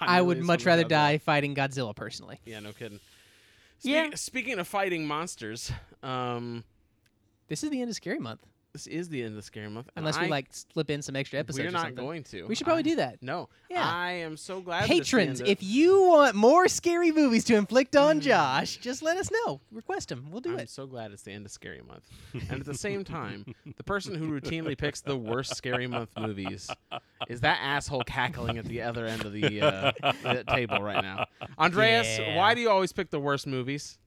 I would really much wanna rather have that. die fighting Godzilla personally. Yeah, no kidding. Yeah. Spe- Speaking of fighting monsters, um, This is the end of Scary Month, this is the end of Scary Month. and unless I- we like slip in some extra episodes. We're or not something. going to. We should probably I- do that. No. Yeah. I am so glad. that it's the Patrons, end of- if you want more scary movies to inflict on Josh, just let us know. Request them. We'll do Hmm. I'm it. so glad it's the end of Scary Month. and at the same time, the person who routinely picks the worst Scary Month movies is that asshole cackling at the other end of the, uh, the table right now. Andreas, Yeah. why do you always pick the worst movies?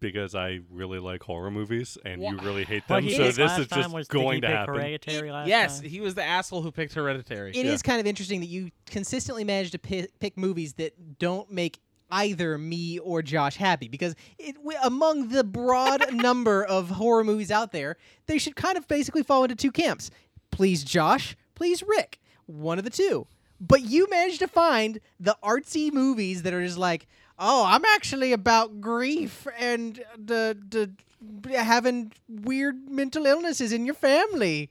because I really like horror movies and you Wha- really hate What them. he So did this last is time just was, did he going to pick happen. Hereditary last yes, time? he was the asshole who picked Hereditary. It is kind of interesting that you consistently manage to pi- pick movies that don't make either me or Josh happy because it, w- among the broad number of horror movies out there, they should kind of basically fall into two camps. Please Josh, please Rick. One of the two. But you managed to find the artsy movies that are just like, "Oh, I'm actually about grief and the the having weird mental illnesses in your family."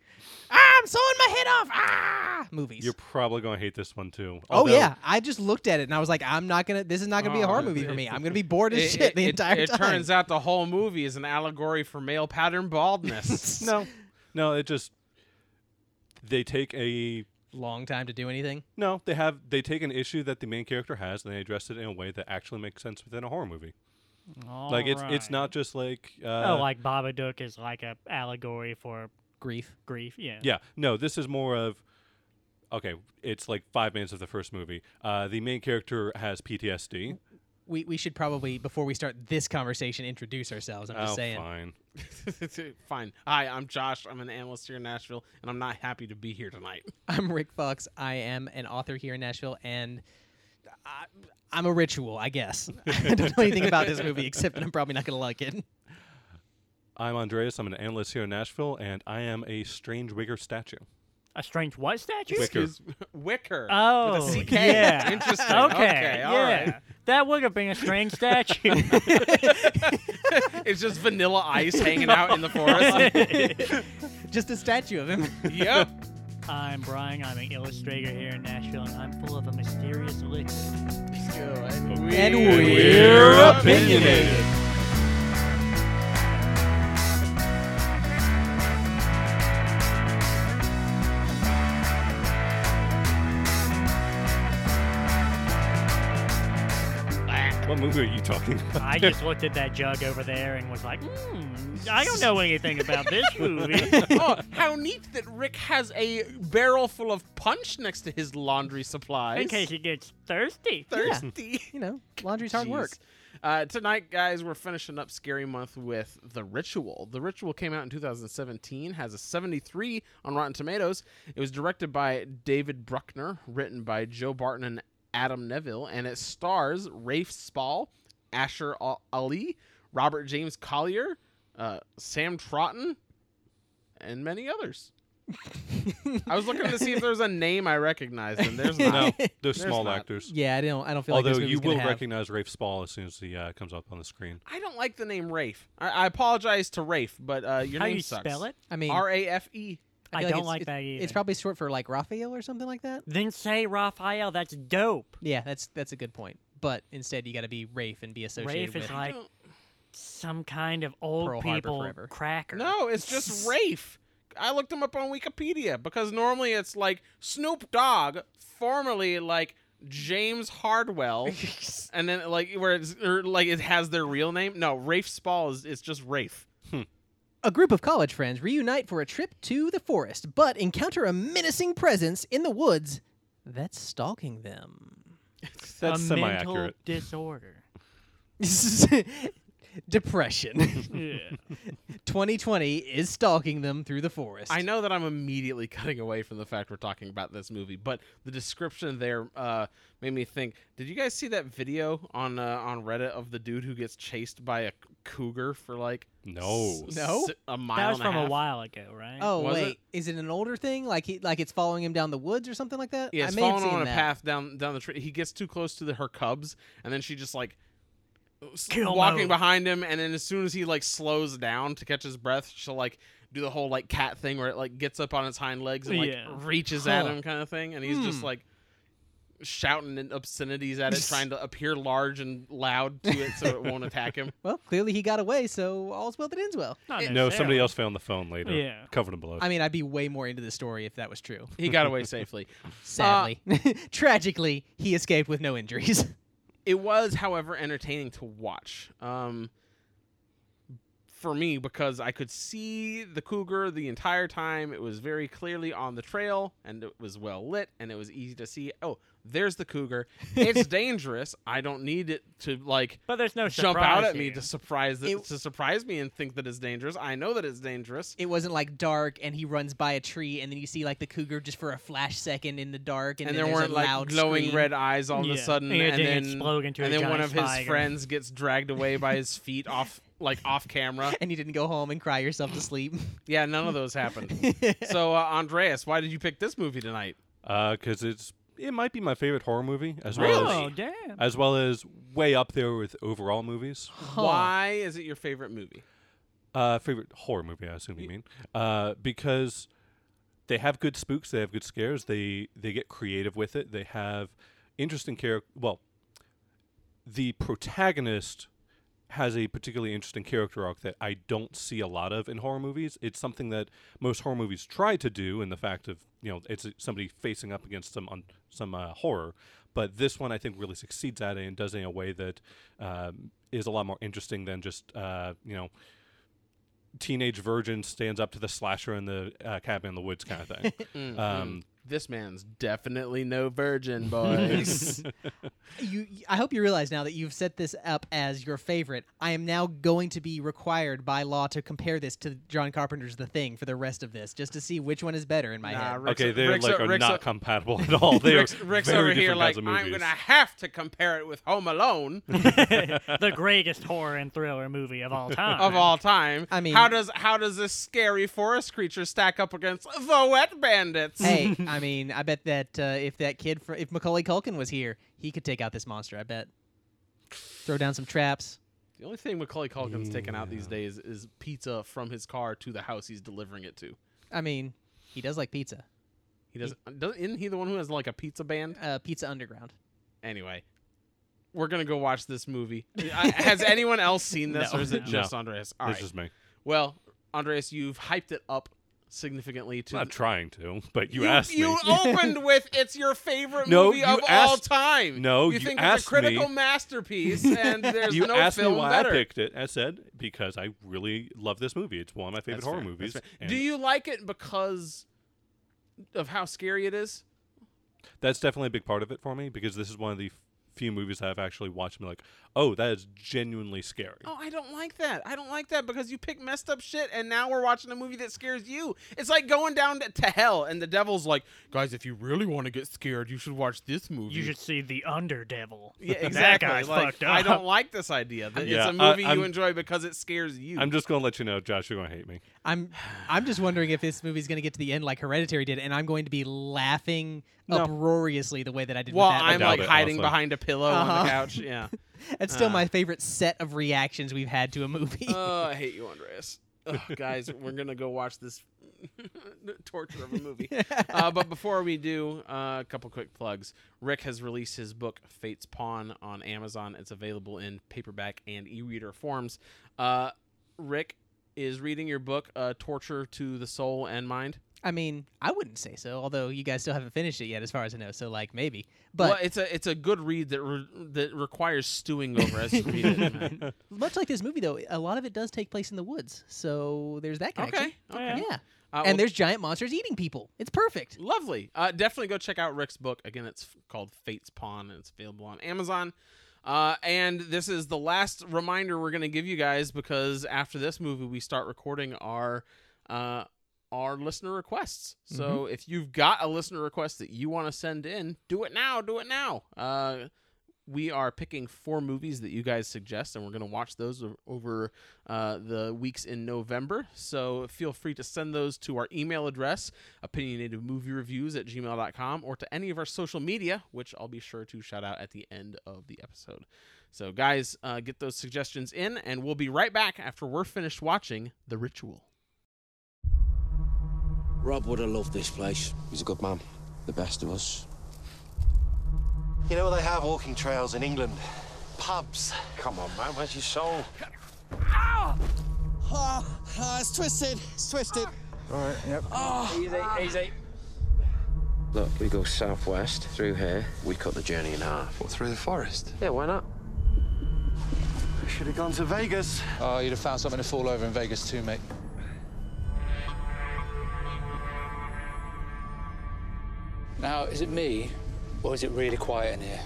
Ah, I'm sawing my head off. Ah, movies. You're probably going to hate this one too. Oh Although- yeah, I just looked at it and I was like, I'm not gonna. This is not gonna be a Oh, horror it- movie for it- me. I'm gonna be bored as It- shit it- the it- entire it time. turns out the whole movie is an allegory for male pattern baldness. No, no, it just they take a long time to do anything. no, they have they take an issue that the main character has and they address it in a way that actually makes sense within a horror movie. like it's it's Alright. not just like uh, oh, like Babadook is like a allegory for Grief. grief. Yeah. Yeah, no, this is more of okay. It's like five minutes of the first movie. Uh, the main character has PTSD. We we should probably before we start this conversation introduce ourselves. I'm just oh, saying. fine. Fine. Hi, I'm Josh. I'm an analyst here in Nashville, and I'm not happy to be here tonight. I'm Rick Fox. I am an author here in Nashville, and I, I'm a ritual, I guess. I don't know anything about this movie except that I'm probably not gonna like it. I'm Andreas. I'm an analyst here in Nashville, and I am a strange Wicker statue. A strange what statue? Wicker. Excuse- Wicker. Oh, With a CK. yeah. Interesting. Okay. Okay, all yeah. right. That would have been a strange statue. it's just vanilla ice hanging out in the forest. Just a statue of him. yep. I'm Brian. I'm an illustrator here in Nashville, and I'm full of a mysterious liquid. And we're opinionated. What movie are you talking about? I just looked at that jug over there and was like, hmm, I don't know anything about this movie. oh, how neat that Rick has a barrel full of punch next to his laundry supplies. In case he gets thirsty. thirsty. You know, laundry's hard work. Jeez. Uh, tonight, guys, we're finishing up Scary Month with The Ritual. The Ritual came out in 2017, has a 73 on Rotten Tomatoes. It was directed by David Bruckner, written by Joe Barton and Adam Neville, and it stars Rafe Spall, Asher Al- Ali, Robert James Collier, uh, Sam Trotton, and many others. I was looking to see if there was a name I recognized, and there's No, not. those small not. actors. Yeah, I don't. I don't feel like Although this you movie's gonna will have- recognize Rafe Spall as soon as he uh, comes up on the screen. I don't like the name Rafe. I, I apologize to Rafe, but uh, your How name you sucks. spell it? I mean, R A F E. I, feel don't it's- like it's- that either. It's probably short for like Raphael or something like that. then say Raphael. That's dope. Yeah, that's that's a good point. But instead, you got to be Rafe and be associated Rafe with. is like some kind of old Pearl Harbor people forever. cracker. No, it's just Rafe. I looked him up on Wikipedia because normally it's like Snoop Dogg, formerly like James Hardwell, and then like where it's or like it has their real name. No, Rafe Spall is it's just Rafe. a group of college friends reunite for a trip to the forest, but encounter a menacing presence in the woods that's stalking them. That's a mental semi-accurate. disorder. Depression. yeah. 2020 is stalking them through the forest. I know that I'm immediately cutting away from the fact we're talking about this movie, but the description there uh, made me think. Did you guys see that video on uh, on Reddit of the dude who gets chased by a cougar for like No. s- No? s- a mile That was and from a, half? while ago, right? Oh Was wait, is it an older thing? Like he, like it's following him down the woods or something like that? Yeah, I it's may have falling seen on a that. path down down the tree. He gets too close to the, her cubs, and then she just like s- Kill walking mode. behind him. And then as soon as he like slows down to catch his breath, she'll like do the whole like cat thing where it like gets up on its hind legs and like Yeah. reaches at Huh. him kind of thing. And he's just Hmm. like, shouting and obscenities at it, trying to appear large and loud to it so it won't attack him. Well, clearly he got away, so all's well that ends well. No, Not somebody necessarily. else found the phone later. Yeah. Covered in blood. I mean, I'd be way more into the story if that was true. He got away safely. Sadly, tragically, he escaped with no injuries. It was, however, entertaining to watch. Um, for me, because I could see the cougar the entire time. It was very clearly on the trail, and it was well lit, and it was easy to see. Oh, there's the cougar. It's dangerous. I don't need it to like But there's no jump surprise out at me here. to surprise the, It- to surprise me and think that it's dangerous. I know that it's dangerous. it wasn't like dark, and he runs by a tree, and then you see like the cougar just for a flash second in the dark, and, and then there there's weren't a like loud glowing scream. red eyes all of a Yeah. sudden, And it and, didn't then explode into a and then one giant of his spider. friends gets dragged away by his feet off like off camera. and you didn't go home and cry yourself to sleep. Yeah, none of those happened. so uh, Andreas, why did you pick this movie tonight? because Uh, it's it might be my favorite horror movie as well Oh, as damn. as well as way up there with overall movies. Huh. Why is it your favorite movie? Uh, favorite horror movie, I assume you mean. Uh, because they have good spooks, they have good scares, they they get creative with it. They have interesting character. Well, the protagonist has a particularly interesting character arc that I don't see a lot of in horror movies. It's something that most horror movies try to do, in the fact of you know it's somebody facing up against some un- some uh, horror. But this one, I think, really succeeds at it and does it in a way that um, is a lot more interesting than just uh, you know teenage virgin stands up to the slasher in the uh, cabin in the woods kind of thing. Mm-hmm. um, This man's definitely no virgin, boys. you I hope you realize now that you've set this up as your favorite. I am now going to be required by law to compare this to John Carpenter's The Thing for the rest of this just to see which one is better in my Nah, head. Rick's- okay, they are Rick's- like are Rick's- not compatible at all. They Rick's, are Rick's very over here different like kinds of I'm movies. gonna have to compare it with Home Alone the greatest horror and thriller movie of all time. of all time. I mean- how does how does this scary forest creature stack up against the Wet Bandits? Hey, I mean, I bet that uh, if that kid, fr- if Macaulay Culkin was here, he could take out this monster. I bet. Throw down some traps. The only thing Macaulay Culkin's taking out these days is pizza from his car to the house he's delivering it to. I mean, he does like pizza. He doesn't. doesn't isn't he the one who has like a pizza band? Uh, pizza Underground. Anyway, we're gonna go watch this movie. I- Has anyone else seen this, No. or is it No. just Andreas? All It's right. just me. Well, Andreas, you've hyped it up significantly to. I'm th- trying to, but you, asked you me. opened with it's your favorite No, movie you of all asked- time. No, you you think it's asked a me- critical masterpiece, and there's you no asked me film why better. I picked it. I said because I really love this movie. It's one of my favorite That's horror fair, movies. that's fair. and Do you like it because of how scary it is? That's definitely a big part of it for me because this is one of the f- few movies that I've actually watched and be like, oh, that is genuinely scary. Oh, I don't like that. I don't like that because you pick messed up shit, and now we're watching a movie that scares you. It's like going down to, to hell, and the devil's like, guys, if you really want to get scared, you should watch this movie. You should see the Under Devil. Yeah, exactly. That guy's Like, fucked up. I don't like this idea. that Yeah, it's a I- movie you I'm- enjoy because it scares you. I'm just gonna let you know, Josh, you're gonna hate me. I'm, I'm just wondering if this movie's going to get to the end like Hereditary did, and I'm going to be laughing uproariously the way that I did well, with that. I'm doubt like it, hiding honestly. behind a pillow on Uh-huh. the couch. Yeah. That's still Uh. my favorite set of reactions we've had to a movie. Oh, I hate you, Andreas. Ugh, guys, we're gonna go watch this torture of a movie. Uh, but before we do, uh, a couple quick plugs. Rick has released his book Fate's Pawn on Amazon. It's available in paperback and e-reader forms. Uh, Rick is reading your book, uh, Torture to the Soul and Mind. I mean, I wouldn't say so, although you guys still haven't finished it yet, as far as I know. So, like, maybe. But well, it's a it's a good read that re- that requires stewing over as you read it. man. much like this movie, though, a lot of it does take place in the woods. So there's that connection. okay, okay. oh, Yeah. Uh, well, and there's giant monsters eating people. It's perfect. Lovely. Uh, definitely go check out Rick's book. Again, it's f- called Fate's Pawn, and it's available on Amazon. Uh, and this is the last reminder we're going to give you guys because after this movie, we start recording our uh, our listener requests. So if you've got a listener request that you want to send in, do it now. Do it now. Uh, we are picking four movies that you guys suggest, and we're going to watch those o- over uh, the weeks in November. So feel free to send those to our email address, opinionatedmoviereviews at gmail.com, or to any of our social media, which I'll be sure to shout out at the end of the episode. So, guys, uh, get those suggestions in, and we'll be right back after we're finished watching The Ritual. Rob would have loved this place. He's a good man. The best of us. You know, they have walking trails in England. Pubs. Come on, man, where's your soul? Oh, oh, it's twisted. It's twisted. Easy, easy. Look, we go southwest through here. We cut the journey in half. What, through the forest? Yeah, why not? Should have gone to Vegas. Oh, you'd have found something to fall over in Vegas too, mate. Now, is it me, or is it really quiet in here?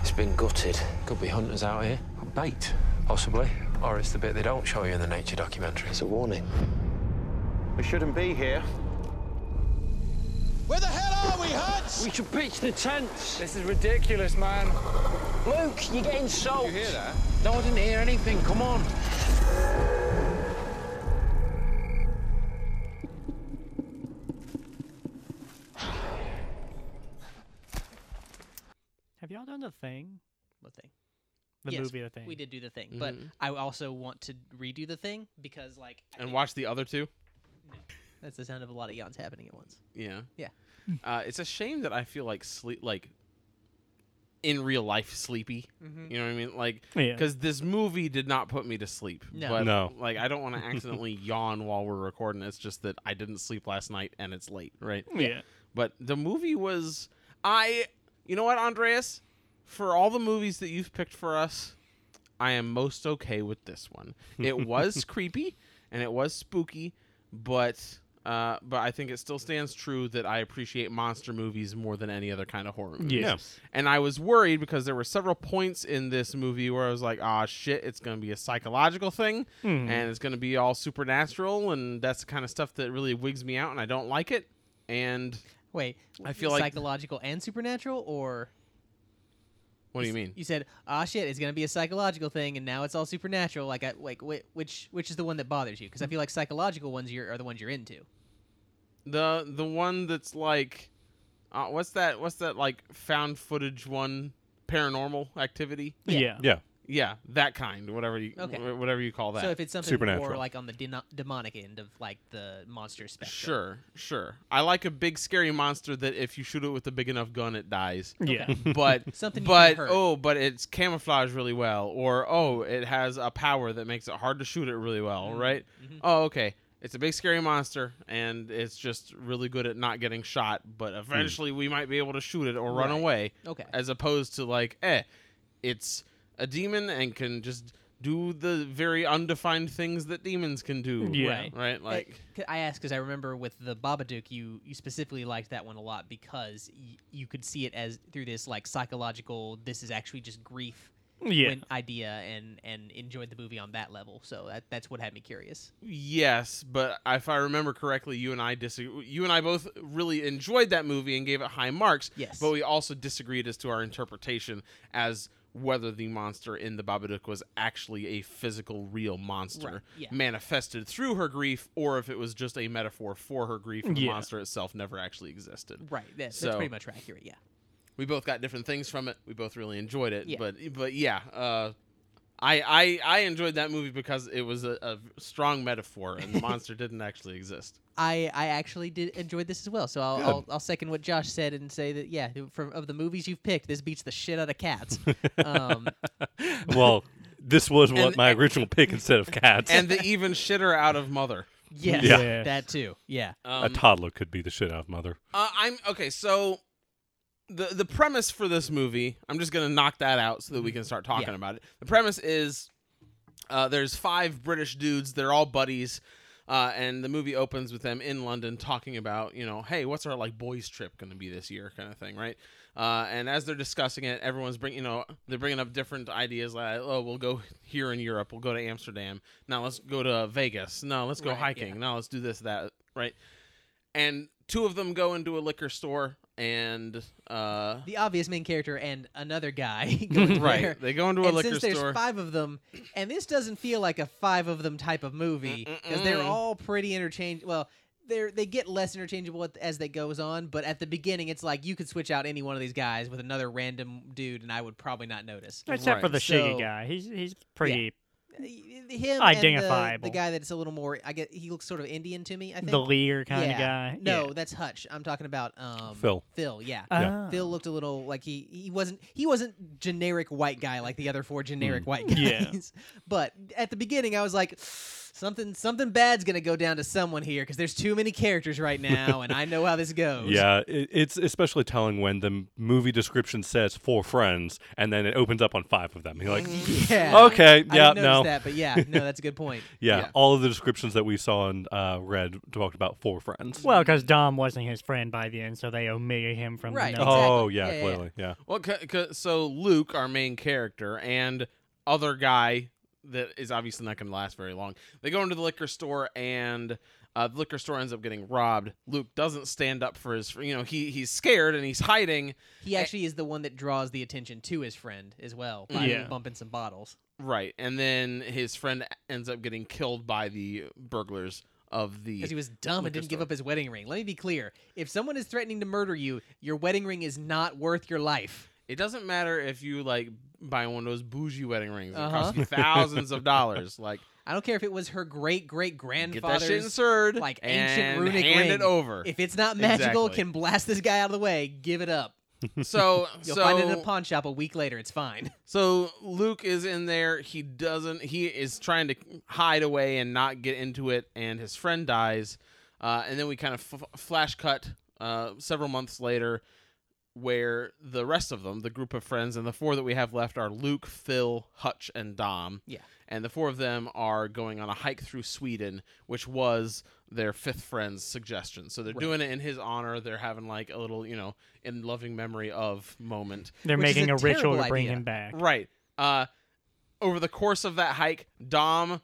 It's been gutted. Could be hunters out here. Bait, possibly. Or it's the bit they don't show you in the nature documentaries. It's a warning. We shouldn't be here. Where the hell are we, Hutch? We should pitch the tents. This is ridiculous, man. Luke, you're getting soaked. that? No, I didn't hear anything. Come on. Have y'all done the thing? What thing? The Yes, movie, the thing. We did do the thing, but Mm-hmm. I also want to redo the thing because like I And think watch the other two. that's the sound of a lot of yawns happening at once. Yeah. Yeah. Uh, it's a shame that I feel like sleep, like in real life, sleepy. You know what I mean? Like, Yeah. because this movie did not put me to sleep. No. But, No. Like, I don't want to accidentally yawn while we're recording. It's just that I didn't sleep last night and it's late, right? Yeah. But the movie was, I, you know what, Andreas, for all the movies that you've picked for us, I am most okay with this one. It was creepy and it was spooky, but uh, but I think it still stands true that I appreciate monster movies more than any other kind of horror movie. Yes. And I was worried because there were several points in this movie where I was like, "Ah, shit, it's going to be a psychological thing, and it's going to be all supernatural, and that's the kind of stuff that really wigs me out, and I don't like it." And Wait, I feel like- psychological and supernatural, or what do you mean? you said, ah, shit, it's gonna be a psychological thing, and now it's all supernatural. Like, I, like, whi- which which is the one that bothers you? Hmm. Because I feel like psychological ones you're, are the ones you're into. The the one that's like, uh, what's that? What's that like found footage one? Paranormal activity, Yeah. Yeah. yeah, that kind, whatever you Okay. wh- whatever you call that. So if it's something more Supernatural. like on the deno demonic end of like the monster spectrum, sure, sure, I like a big scary monster that if you shoot it with a big enough gun, it dies. Yeah. But Something you but can hurt. oh, but it's camouflaged really well, or oh, it has a power that makes it hard to shoot it really well, Mm-hmm. right? Oh, okay. It's a big scary monster, and it's just really good at not getting shot. But eventually, we might be able to shoot it or run away. Hmm. Okay. As opposed to like, eh, it's a demon and can just do the very undefined things that demons can do. Yeah. Right. Right. Like. C- I asked because I remember with the Babadook, you you specifically liked that one a lot because y- you could see it as through this like psychological. This is actually just grief. Yeah. when- idea and and enjoyed the movie on that level. So that that's what had me curious. Yes, but if I remember correctly, you and I disagree. You and I both really enjoyed that movie and gave it high marks. Yes. but we also disagreed as to our interpretation as whether the monster in the Babadook was actually a physical, real monster Right, yeah. manifested through her grief, or if it was just a metaphor for her grief and the Yeah. monster itself never actually existed. Right. That, So- that's pretty much accurate. Yeah. We both got different things from it. We both really enjoyed it. Yeah. But but yeah, uh, I, I I enjoyed that movie because it was a, a strong metaphor and the monster didn't actually exist. I, I actually did enjoyed this as well, so I'll, I'll, I'll second what Josh said and say that yeah, from of the movies you've picked, this beats the shit out of cats. um, Well, this was what And- my original pick instead of cats. and the even shitter out of Mother. yes, Yeah. that too. Yeah, a Um, toddler could be the shit out of mother. Uh, I'm okay. So the the premise for this movie, I'm just gonna knock that out so that we can start talking Yeah. about it. The premise is uh, there's five British dudes. They're all buddies. Uh, and the movie opens with them in London talking about, you know, hey, what's our like boys trip going to be this year, kind of thing, right? Uh, and as they're discussing it, everyone's bringing, you know, they're bringing up different ideas like, oh, we'll go here in Europe, we'll go to Amsterdam, now let's go to Vegas, no, let's go Right, yeah. hiking, now let's do this, that, right? and two of them go into a liquor store and uh the obvious main character and another guy. going there. right they go into a and liquor since there's store five of them, and this doesn't feel like a five of them type of movie because they're Mm-mm-mm. all pretty interchangeable. Well, they're they get less interchangeable at- as they goes on, but at the beginning, it's like you could switch out any one of these guys with another random dude, and I would probably not notice. Except for Right, the shaggy so- guy. He's he's pretty him and the- the, Identifiable. guy that's a little more. I get he looks sort of Indian to me. I think the leader kind yeah. of guy. No, that's Hutch. I'm talking about um, Phil. Phil, yeah. Ah. Yeah. Phil looked a little like he he wasn't he wasn't generic white guy like the other four Mm. generic white guys. Yeah. But at the beginning, I was like, something something bad's gonna go down to someone here because there's too many characters right now, and I know how this Oh, goes. Yeah, it, it's especially telling when the m- movie description says four friends and then it opens up on five of them. You're like, Mm-hmm. Yeah. okay, I yeah, didn't notice no. that, but yeah, no, that's a good point. Yeah, all of the descriptions that we saw and uh, read talked about four friends. Well, because Dom wasn't his friend by the end, so they omit him from Right, the number. exactly. Oh, yeah, Yeah, yeah, yeah. clearly. Yeah. Well, c- c- so Luke, our main character, and other guy that is obviously not going to last very long. They go into the liquor store, and uh, the liquor store ends up getting robbed. Luke doesn't stand up for his. You know, he he's scared and he's hiding. He actually is the one that draws the attention to his friend as well by Yeah. bumping some bottles. Right, and then his friend e-, ends up getting killed by the burglars of the. Because he was dumb and liquor didn't give store. up his wedding ring. Let me be clear. If someone is threatening to murder you, your wedding ring is not worth your life. It doesn't matter if you like buy one of those bougie wedding rings. It Uh-huh. costs you thousands of dollars. Like I don't care if it was her great great get that shit grandfather's insured, like ancient and runic hand ring. it over. If it's not magical, Exactly. can blast this guy out of the way. Give it up. so You'll so find it in a pawn shop a week later. It's fine. So Luke is in there. He doesn't. He is trying to hide away and not get into it. And his friend dies. Uh, and then we kind of f- flash cut uh, several months later, where the rest of them, the group of friends, and the four that we have left are Luke, Phil, Hutch, and Dom. Yeah. And the four of them are going on a hike through Sweden, which was their fifth friend's suggestion. So they're doing it in his honor. They're having like a little, you know, in loving memory of moment. They're Which is making a a, ritual terrible to bring idea. him back. Right. Uh, over the course of that hike, Dom,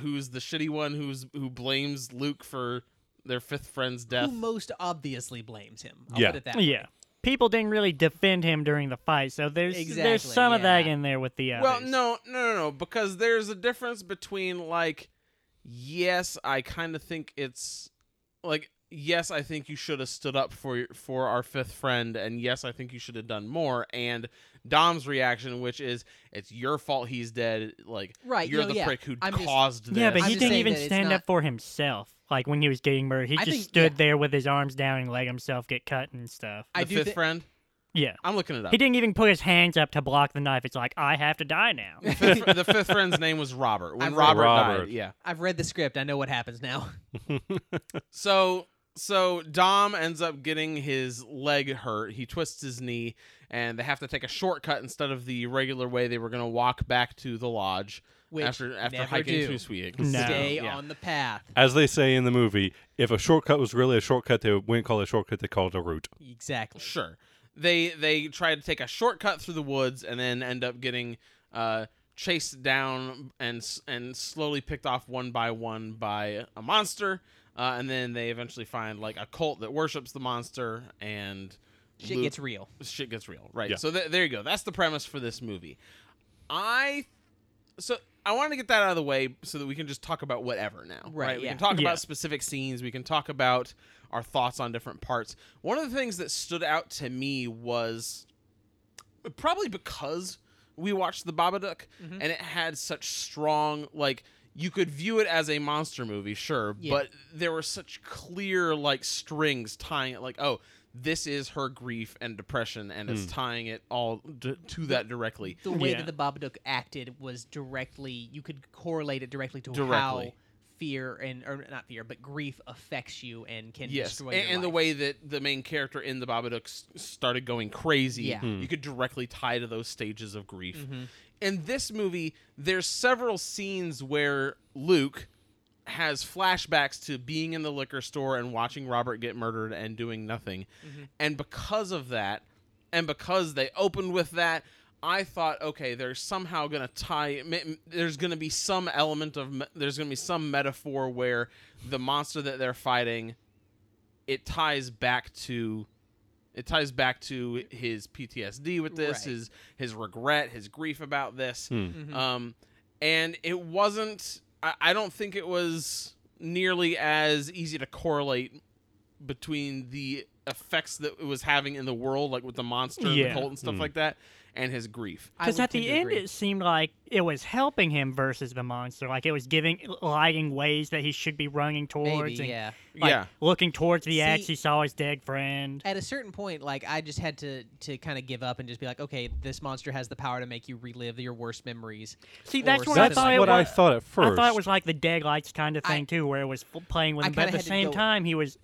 who's the shitty one who's who blames Luke for their fifth friend's death. Who most obviously blames him? I'll Yeah. put it that way. Yeah. People didn't really defend him during the fight, so there's Exactly, there's some of that yeah. in there with the others. Well, no, no, no, no, because there's a difference between like, yes, I kind of think it's like, yes, I think you should have stood up for your, for our fifth friend, and yes, I think you should have done more. And Dom's reaction, which is, it's your fault he's dead. Like, Right, you're no, the yeah. prick who I'm just- caused this. Yeah, but I'm he just didn't saying even that it's stand not- up for himself. Like when he was getting murdered, he I just think- stood yeah. there with his arms down and let himself get cut and stuff. the I do fifth thi- friend. yeah. I'm looking it up. He didn't even put his hands up to block the knife. It's like I have to die now. fifth, the fifth friend's name was Robert. When I'm Robert, Robert. died, yeah. I've read the script. I know what happens now. So so Dom ends up getting his leg hurt. He twists his knee, and they have to take a shortcut instead of the regular way they were going to walk back to the lodge Which after after never hiking do. through Sweden. No. Stay Yeah. on the path. As they say in the movie, if a shortcut was really a shortcut, they wouldn't call it a shortcut, they called it a route. Exactly. Sure, they they try to take a shortcut through the woods and then end up getting uh, chased down and s- and slowly picked off one by one by a monster. Uh, and then they eventually find like a cult that worships the monster, and Shit Luke- gets real. shit gets real, right? Yeah. So th- there you go. That's the premise for this movie. I so I wanted to get that out of the way so that we can just talk about whatever now, right? Right, We yeah. can talk Yeah. about specific scenes. We can talk about our thoughts on different parts. One of the things that stood out to me was probably because we watched the Babadook and it had such strong like you could view it as a monster movie, sure, Yeah. but there were such clear like strings tying it like oh this is her grief and depression and it's tying it all d- to that directly. the way Yeah. that the Babadook acted was directly you could correlate it directly to how Directly. fear and or not fear but grief affects you and can Yes, and, destroy your and the life. way that the main character in the Babadook s- started going crazy, Yeah. Mm-hmm. Hmm. you could directly tie to those stages of grief. In this movie, there's several scenes where Luke has flashbacks to being in the liquor store and watching Robert get murdered and doing nothing, Mm-hmm. and because of that, and because they opened with that. I thought, okay, they're somehow gonna tie. m- m- There's gonna be some element of. me- There's gonna be some metaphor where the monster that they're fighting it ties back to it ties back to his PTSD with this, Right. his his regret, his grief about this. Um, and it wasn't. I, I don't think it was nearly as easy to correlate between the effects that it was having in the world, like with the monster and Yeah. the cult and stuff like that, and his grief. I Because would at tend the to end, agree. it seemed like it was helping him versus the monster. Like it was giving, lighting ways that he should be running maybe towards. and, yeah. like, Yeah. Looking towards the axe, See- he saw his dead friend. At a certain point, like I just had to to kind of give up and just be like, okay, this monster has the power to make you relive your worst memories. See, or that's what I That's thought. it what I was. thought at first. I thought it was like the deadlights kind of I- thing too, where it was f- playing with I him. But kinda at the had to same go- time, he was,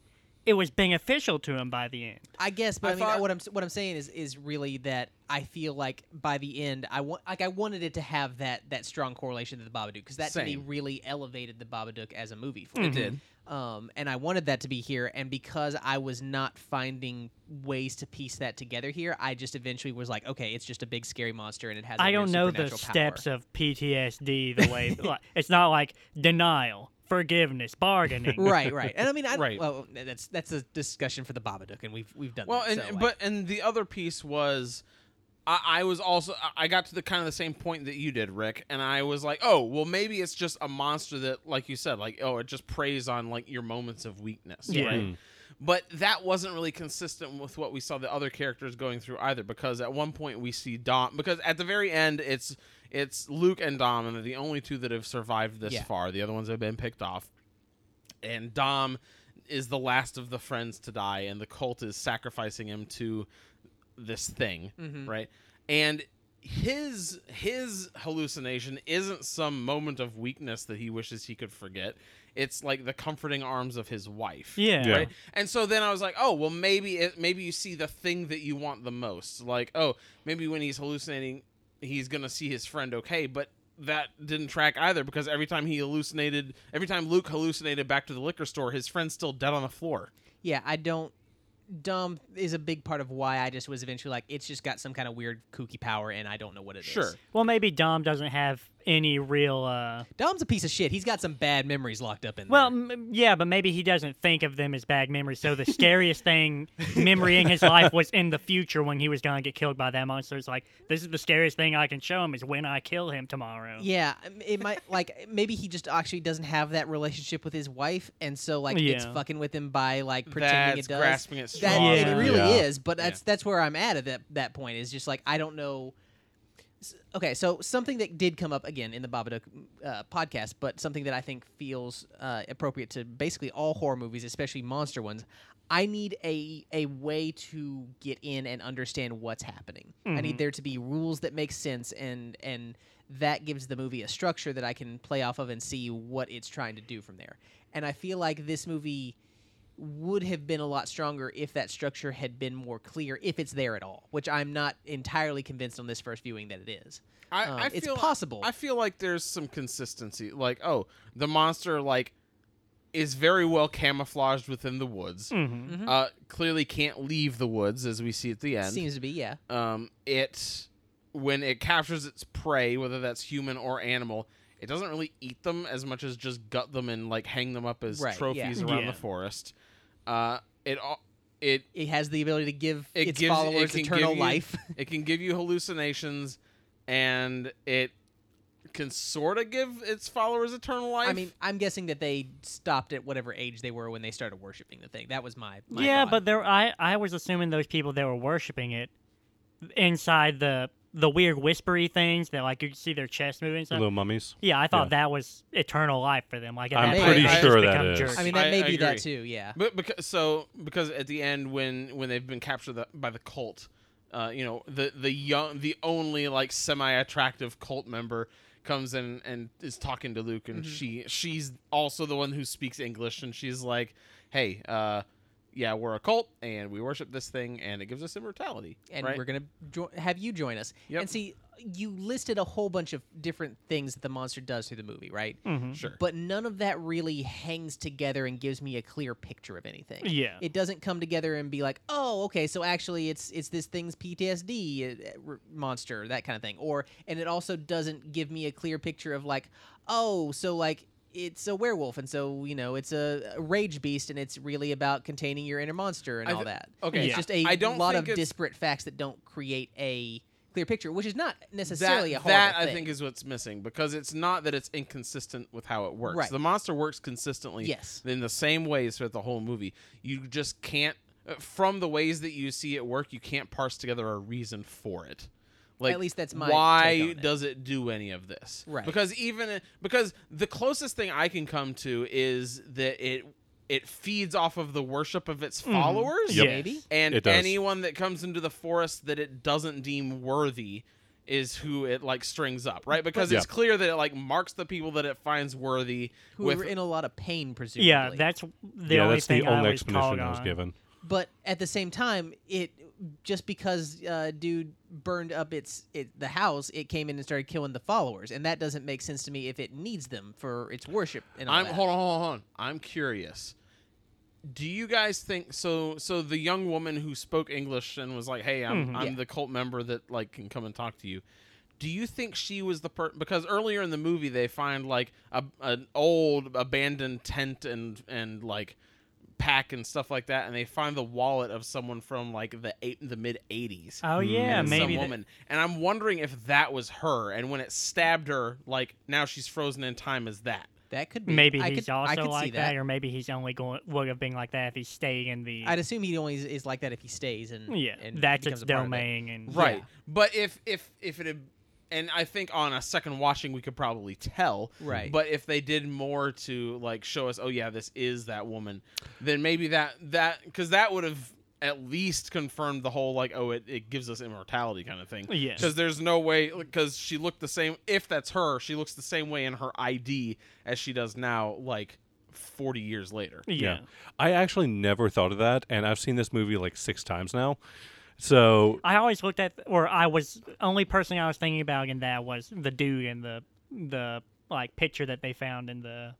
it was beneficial to him by the end. I guess, but I I, mean, I- thought- what I'm s- what I'm saying is is really that I feel like by the end, I want like I wanted it to have that that strong correlation to the Babadook because that to me Same. really elevated the Babadook as a movie. For it did. Um, and I wanted that to be here, and because I was not finding ways to piece that together here, I just eventually was like, okay, it's just a big scary monster, and it has. a I weird don't know supernatural the power. steps of PTSD the way like, it's not like denial, forgiveness, bargaining. right, right, and I mean, I Right. well, that's that's a discussion for the Babadook, and we've we've done. Well, that, and so, like- but and the other piece was, I, I was also I- I got to the kind of the same point that you did, Rick, and I was like, oh, well, maybe it's just a monster that, like you said, like oh, it just preys on like your moments of weakness, Yeah. right? Mm-hmm. Mm. But that wasn't really consistent with what we saw the other characters going through either, because at one point we see Dom, because at the very end it's it's Luke and Dom, and they're the only two that have survived this Yeah. far. The other ones have been picked off and Dom is the last of the friends to die, and the cult is sacrificing him to this thing, right? And his his hallucination isn't some moment of weakness that he wishes he could forget. It's like the comforting arms of his wife. Yeah. Yeah. Right. And so then I was like, oh well, maybe it, maybe you see the thing that you want the most. Like, oh, maybe when he's hallucinating, he's gonna see his friend okay, but that didn't track either because every time he hallucinated, every time Luke hallucinated back to the liquor store, his friend's still dead on the floor. yeah, I don't. Dumb is a big part of why I just was eventually like, it's just got some kind of weird kooky power, and I don't know what it is. Sure. Well, maybe Dom doesn't have any real. uh Dom's a piece of shit. He's got some bad memories locked up in Well, there. m- yeah, but maybe he doesn't think of them as bad memories. So the scariest thing memory in his life was in the future when he was going to get killed by that monster. It's like this is the scariest thing I can show him is when I kill him tomorrow. yeah, um, it might like maybe he just actually doesn't have that relationship with his wife, and so like it's Yeah. fucking with him by like pretending That's it does. grasping at straws. That, It Yeah. really Yeah. is, but that's that's where I'm at at that that point is just like I don't know. S- Okay, so something that did come up again in the Babadook uh, podcast, but something that I think feels uh, appropriate to basically all horror movies, especially monster ones. I need a a way to get in and understand what's happening. I Mm-hmm. need there to be rules that make sense, and and that gives the movie a structure that I can play off of and see what it's trying to do from there. And I feel like this movie would have been a lot stronger if that structure had been more clear, if it's there at all, which I'm not entirely convinced on this first viewing that it is. I, Um, I it's feel- possible. I feel like there's some consistency. Like, oh, the monster like is very well camouflaged within the woods. Mm-hmm. Uh, clearly can't leave the woods as we see at the end. Seems to be, yeah. um, it when it captures its prey, whether that's human or animal, it doesn't really eat them as much as just gut them and like hang them up as Right, yeah. trophies around Yeah. the forest. Uh, it al- it It has the ability to give it its gives followers it can eternal give you- life. it can give you hallucinations, and it can sort of give its followers eternal life. I mean, I'm guessing that they stopped at whatever age they were when they started worshiping the thing. That was my, my yeah, thought. but there I I was assuming those people that were worshiping it inside the the weird whispery things that like you could see their chest moving. and The stuff. Little Mummies. Yeah, I thought that was eternal life for them. Like at I'm that pretty point, they just sure that become is. jerks. I mean, I- that may I be that agree. too. Yeah, But because so because at the end when when they've been captured the, by the cult, uh, you know the the young the only like semi attractive cult member comes in and is talking to Luke Mm-hmm. and she she's also the one who speaks English and she's like, hey, uh, yeah, we're a cult and we worship this thing and it gives us immortality, and right? we're gonna jo- have you join us. Yep. And see, you listed a whole bunch of different things that the monster does through the movie, right? sure. but none of that really hangs together and gives me a clear picture of anything. Yeah. it doesn't come together and be like, oh, okay, so actually it's it's this thing's PTSD uh, uh, r- monster, that kind of thing. Or and it also doesn't give me a clear picture of like, oh, so like it's a werewolf, and so you know it's a a rage beast, and it's really about containing your inner monster and I all th- that. okay, it's Yeah. just a I don't lot of think it's- disparate facts that don't create a clear picture, which is not that, necessarily a horrible that I thing. think is what's missing because it's not that it's inconsistent with how it works. Right. The monster works consistently Yes. in the same ways throughout the whole movie. You just can't uh, from the ways that you see it work, you can't parse together a reason for it. Like, At least that's my Why take on it. does it do any of this? Right. Because even uh, because the closest thing I can come to is that it it feeds off of the worship of its followers. Mm-hmm. Yep. Maybe. And It does. anyone that comes into the forest that it doesn't deem worthy is who it like strings up, right? Because it's Yeah. clear that it like marks the people that it finds worthy Who with were in a lot of pain, presumably. Yeah, that's the yeah, only that's thing the only I was explanation called that was on. given. but at the same time, it just because uh, dude burned up its it, the house, it came in and started killing the followers, and that doesn't make sense to me if it needs them for its worship. And all I'm that. hold on, hold on, hold on. I'm curious. Do you guys think so? So the young woman who spoke English and was like, "Hey, I'm Mm-hmm. I'm Yeah. the cult member that like can come and talk to you." Do you think she was the per? Because earlier in the movie, they find like a an old abandoned tent and and like pack and stuff like that, and they find the wallet of someone from like the eight the mid '80s Oh yeah, and Mm, it's maybe some that- woman. And I'm wondering if that was her, and when it stabbed her, like now she's frozen in time as that. That could be. maybe I he's could, I also could see like that. that. or maybe he's only going would have been like that if he stayed in the I'd assume he only is, is like that if he stays and yeah. and that's becomes its a part of it. domain and right but if if if it had and i think on a second watching we could probably tell Right. but if they did more to like show us oh yeah this is that woman then maybe that that because that would have at least confirmed the whole like oh it, it gives us immortality kind of thing Yes. because there's no way because she looked the same if that's her she looks the same way in her id as she does now like 40 years later Yeah. Yeah. I actually never thought of that, and I've seen this movie like six times now. So I always looked at or I was only person I was thinking about in that was the dude in the the like picture that they found in the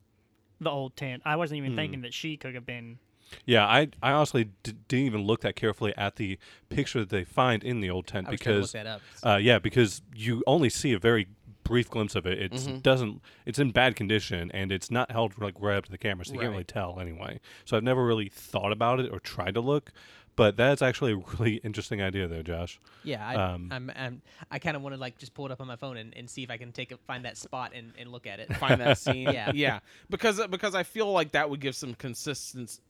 the old tent. I wasn't even thinking that she could have been yeah, I I honestly d- didn't even look that carefully at the picture that they find in the old tent I was trying to look because that up. Uh, yeah, because you only see a very brief glimpse of it. It Mm-hmm. doesn't. It's in bad condition and it's not held like right up to the camera, so you can't really tell anyway. So I've never really thought about it or tried to look. But that's actually a really interesting idea, though, Josh. yeah, I, um, I'm, I'm, I kind of want to like just pull it up on my phone and, and see if I can take a, find that spot and, and look at it. find that scene. Yeah. yeah, because uh, because I feel like that would give some consistency,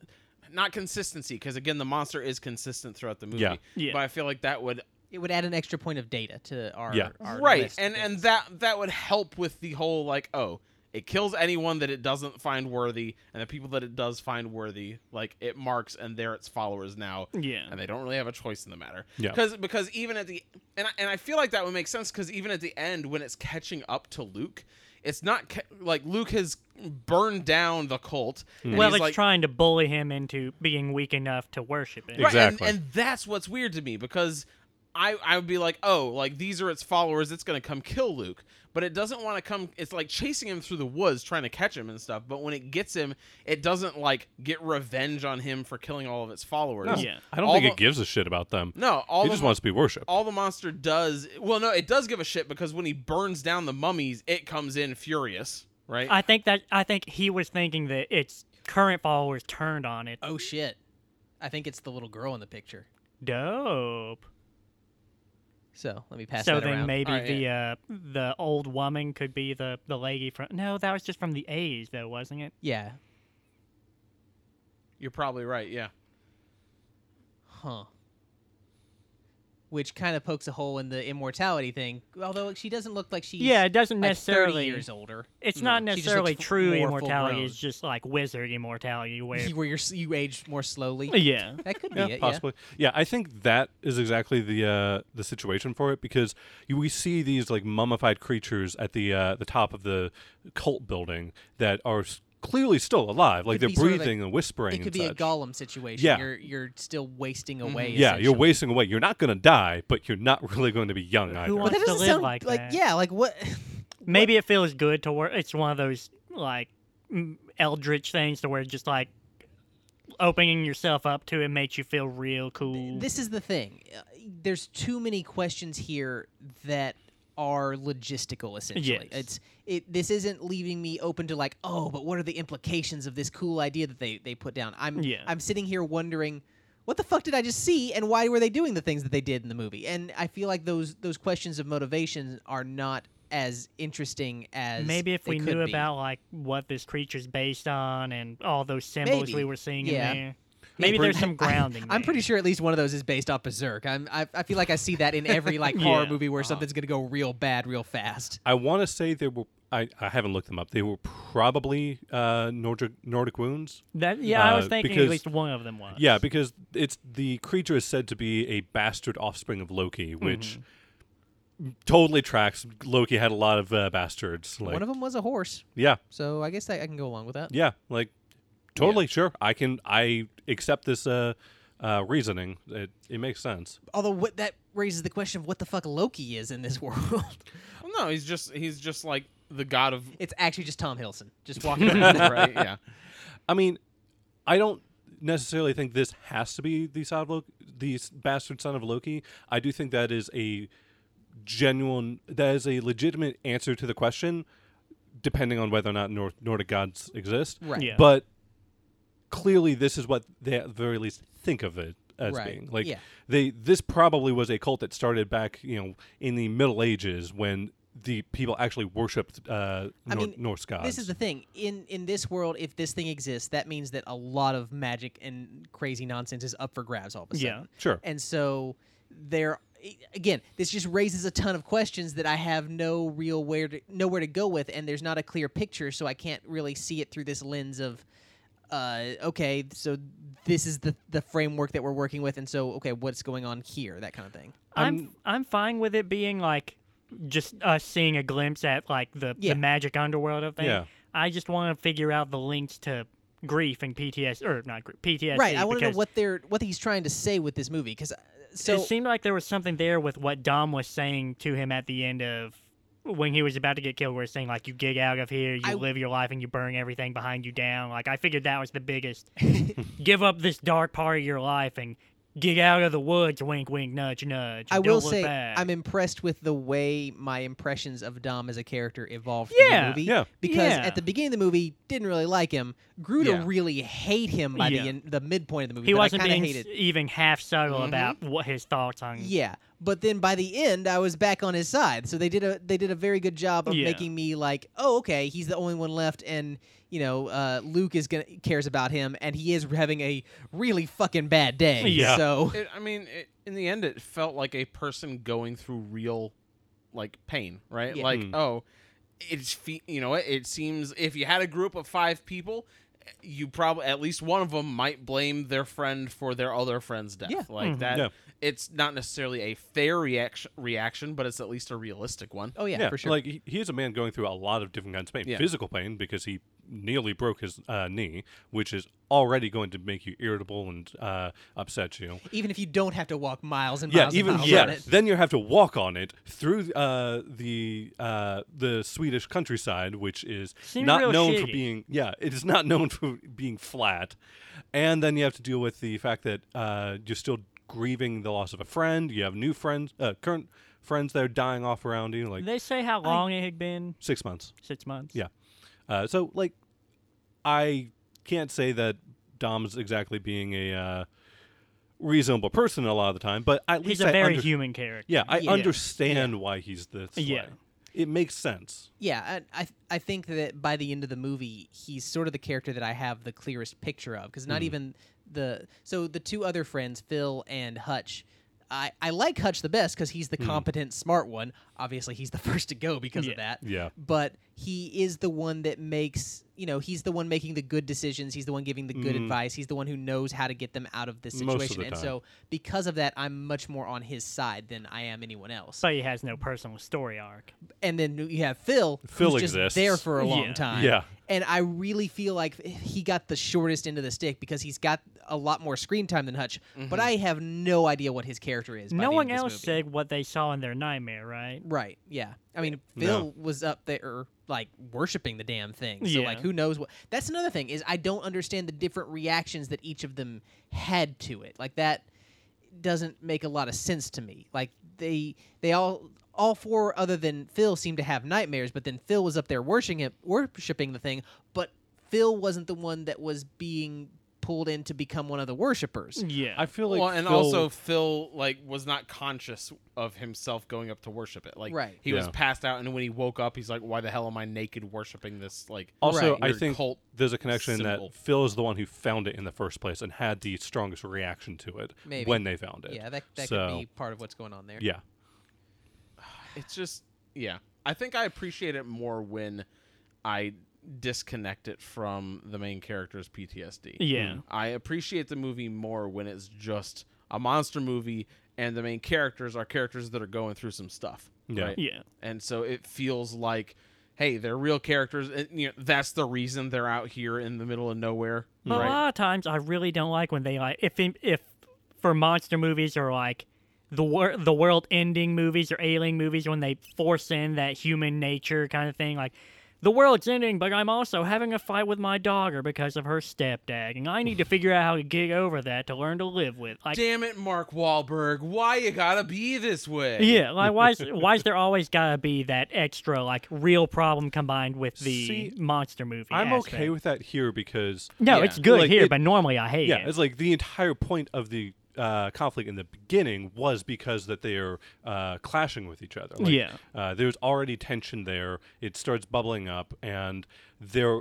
not consistency, because again, the monster is consistent throughout the movie. Yeah. Yeah. But I feel like that would It would add an extra point of data to our, Yeah. our right, list of and and things. that that would help with the whole like oh. It kills anyone that it doesn't find worthy, and the people that it does find worthy, like it marks, and they're its followers now. Yeah. and they don't really have a choice in the matter. Yeah. because because even at the and I, and I feel like that would make sense because even at the end when it's catching up to Luke, it's not ca- like Luke has burned down the cult. and well, he's it's like- trying to bully him into being weak enough to worship it. Right, and- Exactly. and, that's what's weird to me because I I would be like, oh, like these are its followers. It's gonna come kill Luke, but it doesn't want to come. It's like chasing him through the woods, trying to catch him and stuff. But when it gets him, it doesn't like get revenge on him for killing all of its followers. Yeah. I don't All think the- it gives a shit about them. No, all it the just mo- wants to be worshipped. all the monster does well no it does give a shit because when he burns down the mummies it comes in furious right I think that I think he was thinking that its current followers turned on it. Oh shit! I think it's the little girl in the picture. Dope. So let me pass so that then around. Oh, maybe Alright, the uh, the old woman could be the the lady from. No, that was just from the A's though, wasn't it? yeah. you're probably right yeah Huh. Which kind of pokes a hole in the immortality thing. Although she doesn't look like she's Yeah, it doesn't like 30 necessarily. years older. It's not No, she just looks necessarily f- true more immortality. full-grown. It's just like wizard immortality, where Where you're, s- you age more slowly. yeah, That could yeah, be it. possibly. Yeah. I think that is exactly the uh, the situation for it because you, we see these like mummified creatures at the uh, the top of the cult building that are s- clearly still alive, like Could they're be sort of like- breathing and whispering. Yeah. It could and be a such. golem situation. Yeah. You're you're still wasting Mm-hmm. away. Yeah, you're essentially. wasting away. You're not going to die, but you're not really going to be young either. But wants- that to doesn't live sound like like that. yeah, like what? maybe it feels good to work. It's one of those like m- eldritch things to where just like opening yourself up to it makes you feel real cool. this is the thing. Uh, There's too many questions here that are logistical essentially. Yes. It's it this isn't leaving me open to like, oh, but what are the implications of this cool idea that they they put down? I'm Yeah. I'm sitting here wondering what the fuck did I just see and why were they doing the things that they did in the movie? And I feel like those those questions of motivation are not as interesting as Maybe if they we could knew be. about like what this creature's based on and all those symbols Maybe. we were seeing Yeah. in there. Maybe Bring- there's some grounding. I'm there. pretty sure at least one of those is based off Berserk. I'm, I, I feel like I see that in every like horror Yeah. movie where something's gonna go real bad real fast. I want to say there were. I, I haven't looked them up. They were probably uh, Nordic Nordic wounds. That, yeah, I was Uh, thinking because- at least one of them was. Yeah, because it's the creature is said to be a bastard offspring of Loki, which Mm-hmm. totally tracks. Loki had a lot of uh, bastards. Like, one of them was a horse, yeah, so I guess I, I can go along with that. yeah, like totally sure. I can. I accept this uh, uh, reasoning. It it makes sense. Although what that raises the question of what the fuck Loki is in this world. Well, no, he's just he's just like the god of it's actually just Tom Hiddleston just walking. around. right. Yeah. I mean, I don't necessarily think this has to be the son of Loki, the s- bastard son of Loki. I do think that is a genuine, that is a legitimate answer to the question, depending on whether or not Nor- Nordic gods exist. Right. Yeah. But clearly, this is what they at the very least think of it as Right. being. Like Yeah. they, this probably was a cult that started back, you know, in the Middle Ages when the people actually worshipped uh, I Nor- mean, Norse gods. This is the thing. In in this world, if this thing exists, that means that a lot of magic and crazy nonsense is up for grabs all of a Yeah. sudden. Sure. And so there i- again, this just raises a ton of questions that I have no real where to nowhere to go with and there's not a clear picture, so I can't really see it through this lens of uh, okay, so this is the the framework that we're working with, and so okay, what's going on here? That kind of thing. I'm I'm fine with it being like just us seeing a glimpse at like the, Yeah. the magic underworld of things. Yeah. I just want to figure out the links to grief and PTSD or not grief, PTSD. right. I want to know because what they're what he's trying to say with this movie because so it seemed like there was something there with what Dom was saying to him at the end of when he was about to get killed, where it's saying like you get out of here, you I- live your life, and you burn everything behind you down. Like I figured that was the biggest. give up this dark part of your life and get out of the woods. Wink, wink, nudge, nudge. I Don't will look say back. I'm impressed with the way my impressions of Dom as a character evolved through the Yeah. movie. Yeah. Because Yeah. at the beginning of the movie, didn't really like him. Grew to Yeah. really hate him by Yeah. the end, the midpoint of the movie. he but wasn't I kind being of s- hated. even half subtle about what his thoughts on. Yeah, but then by the end, I was back on his side. So they did a they did a very good job of Yeah. making me like, oh, okay, he's the only one left, and you know, uh, Luke is gonna cares about him, and he is having a really fucking bad day. Yeah. So It, I mean, it, in the end, it felt like a person going through real, like pain. Right. Yeah. Mm. Like oh, it's fe- you know it, it seems if you had a group of five people. You probably at least one of them might blame their friend for their other friend's death. Yeah. Like that, Mm-hmm. Yeah. it's not necessarily a fair reaction, reaction, but it's at least a realistic one. oh yeah, for sure. Like he, he is a man going through a lot of different kinds of pain. Yeah. Physical pain because he nearly broke his uh, knee, which is already going to make you irritable and uh, upset you. even if you don't have to walk miles and Yeah, miles even and miles yeah. on it. Then you have to walk on it through uh, the uh, the Swedish countryside, which is Seems not real known for shitty. being yeah, it is not known for being flat. And then you have to deal with the fact that uh, you're still grieving the loss of a friend. You have new friends, uh, current friends that are dying off around you, like Did they say how long it had been? six months. Six months. Yeah. Uh, so like, I can't say that Dom's exactly being a uh, reasonable person a lot of the time, but at He's least a I very under- human character. Yeah, I Yeah. understand why he's this. Yeah. way. It makes sense. Yeah, I, I I think that by the end of the movie, he's sort of the character that I have the clearest picture of because Mm. not even the so the two other friends, Phil and Hutch. I, I like Hutch the best because he's the competent, smart one. Obviously, he's the first to go because of that. Mm. Yeah. But he is the one that makes, you know, he's the one making the good decisions. He's the one giving the good advice. He's the one who knows how to get them out of this Mm. Most of the situation. and time. so, because of that, I'm much more on his side than I am anyone else So he has no personal story arc. and then you have Phil. Phil who's just exists. there for a long Yeah. time. Yeah. and I really feel like he got the shortest end of the stick because he's got a lot more screen time than Hutch. But I have no idea what his character is. by the Mm-hmm. No end one of this else movie. said what they saw in their nightmare, right? Right. Yeah. I mean, No. Phil was up there like worshiping the damn thing. So Yeah. like, who knows what? That's another thing is I don't understand the different reactions that each of them had to it. Like that doesn't make a lot of sense to me. Like they they all all four other than Phil seem to have nightmares, but then Phil was up there worshiping it, worshiping the thing, but Phil wasn't the one that was being pulled in to become one of the worshippers. Yeah. I feel like well, and Phil- also Phil like was not conscious of himself going up to worship it. Like Right. he was Yeah. passed out, and when he woke up, he's like, "Why the hell am I naked worshiping this?" Like Also, Right. I weird think cult there's a connection in symbol. that Phil is the one who found it in the first place and had the strongest reaction to it Maybe. when they found it. Yeah, that, that so, could be part of what's going on there. Yeah, it's just yeah. I think I appreciate it more when I disconnect it from the main character's PTSD. Yeah. I appreciate the movie more when it's just a monster movie and the main characters are characters that are going through some stuff. Yeah. Right? Yeah. and so it feels like hey they're real characters and you know that's the reason they're out here in the middle of nowhere But a lot of times, Oh, I really don't like when they like if if for monster movies or like the wor- the world ending movies or alien movies when they force in that human nature kind of thing like. The world's ending, but I'm also having a fight with my daughter because of her stepdad, and I need to figure out how to get over that to learn to live with. Like, Damn it, Mark Wahlberg! Why you gotta be this way? yeah, like why's why's there always gotta be that extra like real problem combined with the See, monster movie? I'm aspect? okay with that here because No, Yeah. it's good Like, here, it- but normally I hate yeah, it. it's like the entire point of the uh, conflict in the beginning was because that they are uh, clashing with each other. Like, Yeah. uh, there's already tension there. It starts bubbling up, and they're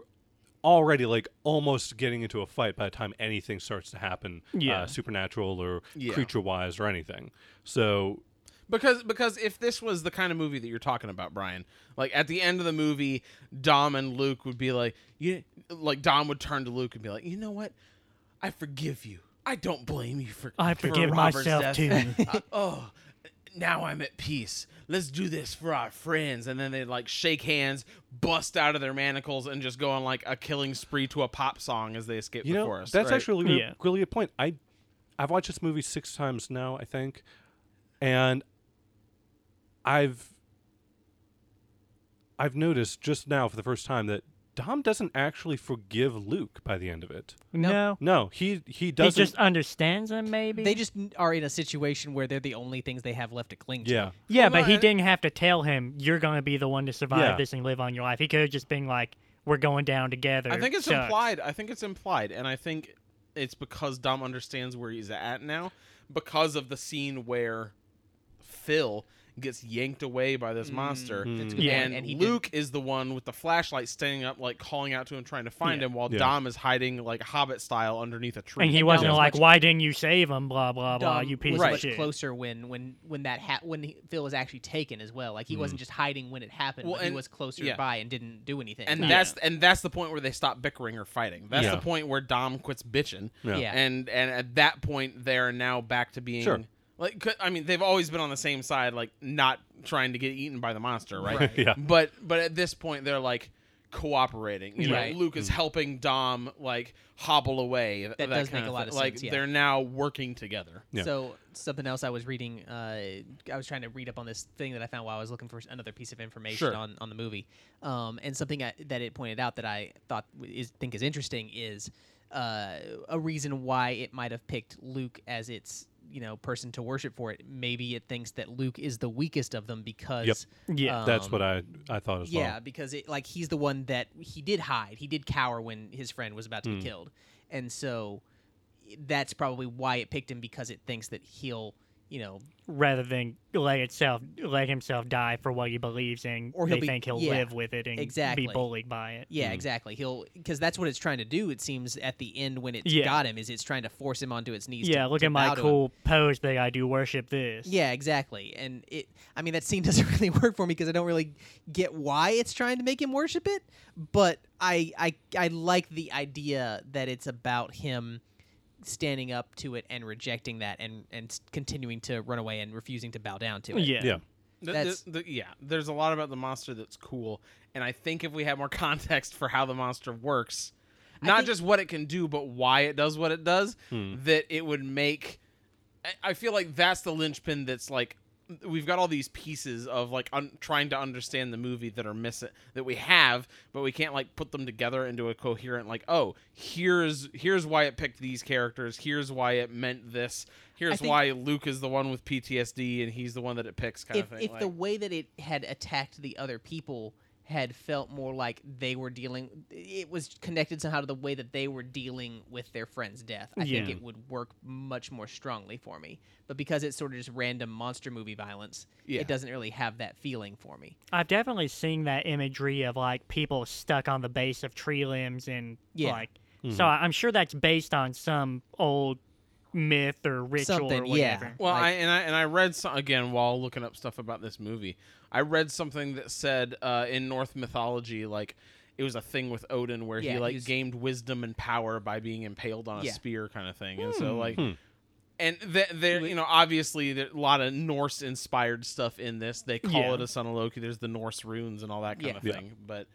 already like almost getting into a fight by the time anything starts to happen, Yeah. uh, supernatural or Yeah. creature wise or anything. So Because because if this was the kind of movie that you're talking about, Brian, like at the end of the movie, Dom and Luke would be like, you like Dom would turn to Luke and be like, you know what, I forgive you. I don't blame you for I for forgive Robert's death. myself, too. Uh, oh, now I'm at peace. Let's do this for our friends. And then they like shake hands, bust out of their manacles, and just go on like a killing spree to a pop song as they escape you the know forest. that's right? actually really, Yeah. really a point. I I've watched this movie six times now, I think, and I've I've noticed just now for the first time that Dom doesn't actually forgive Luke by the end of it. no, No, he he he doesn't. just understands him. Maybe They just n- are in a situation where they're the only things they have left to cling to. yeah, yeah, Well, but no, he I- didn't have to tell him you're gonna be the one to survive Yeah. this and live on your life. He could have just been like, "We're going down together." I think it's sucks." implied. I think it's implied, and I think it's because Dom understands where he's at now because of the scene where Phil gets yanked away by this monster, That's Mm, a good Yeah. point, and, and he did- Luke is the one with the flashlight standing up, like calling out to him, trying to find Yeah. him, while Yeah. Dom is hiding like Hobbit style underneath a tree. And he And wasn't Dom's like, much- "Why didn't you save him?" Blah blah blah. Dom You piece was Right. of much shit. Um, closer when when when that ha- when he, Phil was actually taken as well. Like he wasn't just hiding when it happened, Mm-hmm. Well, but and- he was closer yeah. by and didn't do anything. and Yeah. that's and that's the point where they stop bickering or fighting. That's Yeah. the point where Dom quits bitching. Yeah. Yeah. And and at that point they're now back to being Sure. like c- I mean they've always been on the same side like not trying to get eaten by the monster, right? Right. Yeah. But but at this point they're like cooperating. You know, Right. Luke is Mm. helping Dom like hobble away. th- That that does kind make a of lot thing. of like sense, yeah. they're now working together. Yeah. So something else I was reading, uh, I was trying to read up on this thing that I found while I was looking for s- another piece of information Sure. on, on the movie, um, and something I, that it pointed out that I thought w- is think is interesting is uh, a reason why it might have picked Luke as its you know person to worship for it. Maybe it thinks that Luke is the weakest of them because Yeah. that's um, what I I thought as yeah, well. because it like he's the one that he did hide. He did cower when his friend was about to Hmm. be killed, and so that's probably why it picked him because it thinks that he'll, you know, Rather than let itself let himself die for what he believes in, Or he'll they be- think he'll yeah, live with it and exactly. be bullied by it. yeah, exactly. He'll because that's what it's trying to do. It seems at the end when it's Yeah. got him is it's trying to force him onto its knees. to- Yeah, look to at my bow to him. cool pose that I do worship this. Yeah, exactly. And it, I mean, that scene doesn't really work for me because I don't really get why it's trying to make him worship it. But I, I, I like the idea that it's about him standing up to it and rejecting that and and s- continuing to run away and refusing to bow down to it. Yeah. yeah, Th- That's- th- th- yeah, there's a lot about the monster that's cool, and I think if we had more context for how the monster works, not think- just what it can do, but why it does what it does, that it would make. I- I feel like that's the linchpin that's like we've got all these pieces of like un- trying to understand the movie that are missing that we have but we can't like put them together into a coherent like oh here's here's why it picked these characters here's why it meant this here's think- why luke is the one with ptsd and he's the one that it picks kind If of thing if like- the way that it had attacked the other people had felt more like they were dealing it was connected somehow to the way that they were dealing with their friend's death i think Yeah. it would work much more strongly for me but because it's sort of just random monster movie violence Yeah. it doesn't really have that feeling for me I've definitely seen that imagery of like people stuck on the base of tree limbs and Yeah. like. So I- I'm sure that's based on some old myth or ritual Something, or yeah. whatever. Well, Like- I and I and I read some, again while looking up stuff about this movie. I read something that said uh, in Norse mythology, like it was a thing with Odin where Yeah, he like he's- gained wisdom and power by being impaled on a Yeah. Hmm. spear, kind of thing. And so like, and th- there, you know, obviously there, a lot of Norse inspired stuff in this. They call Yeah. it a son of Loki. There's the Norse runes and all that kind Yeah. of thing. But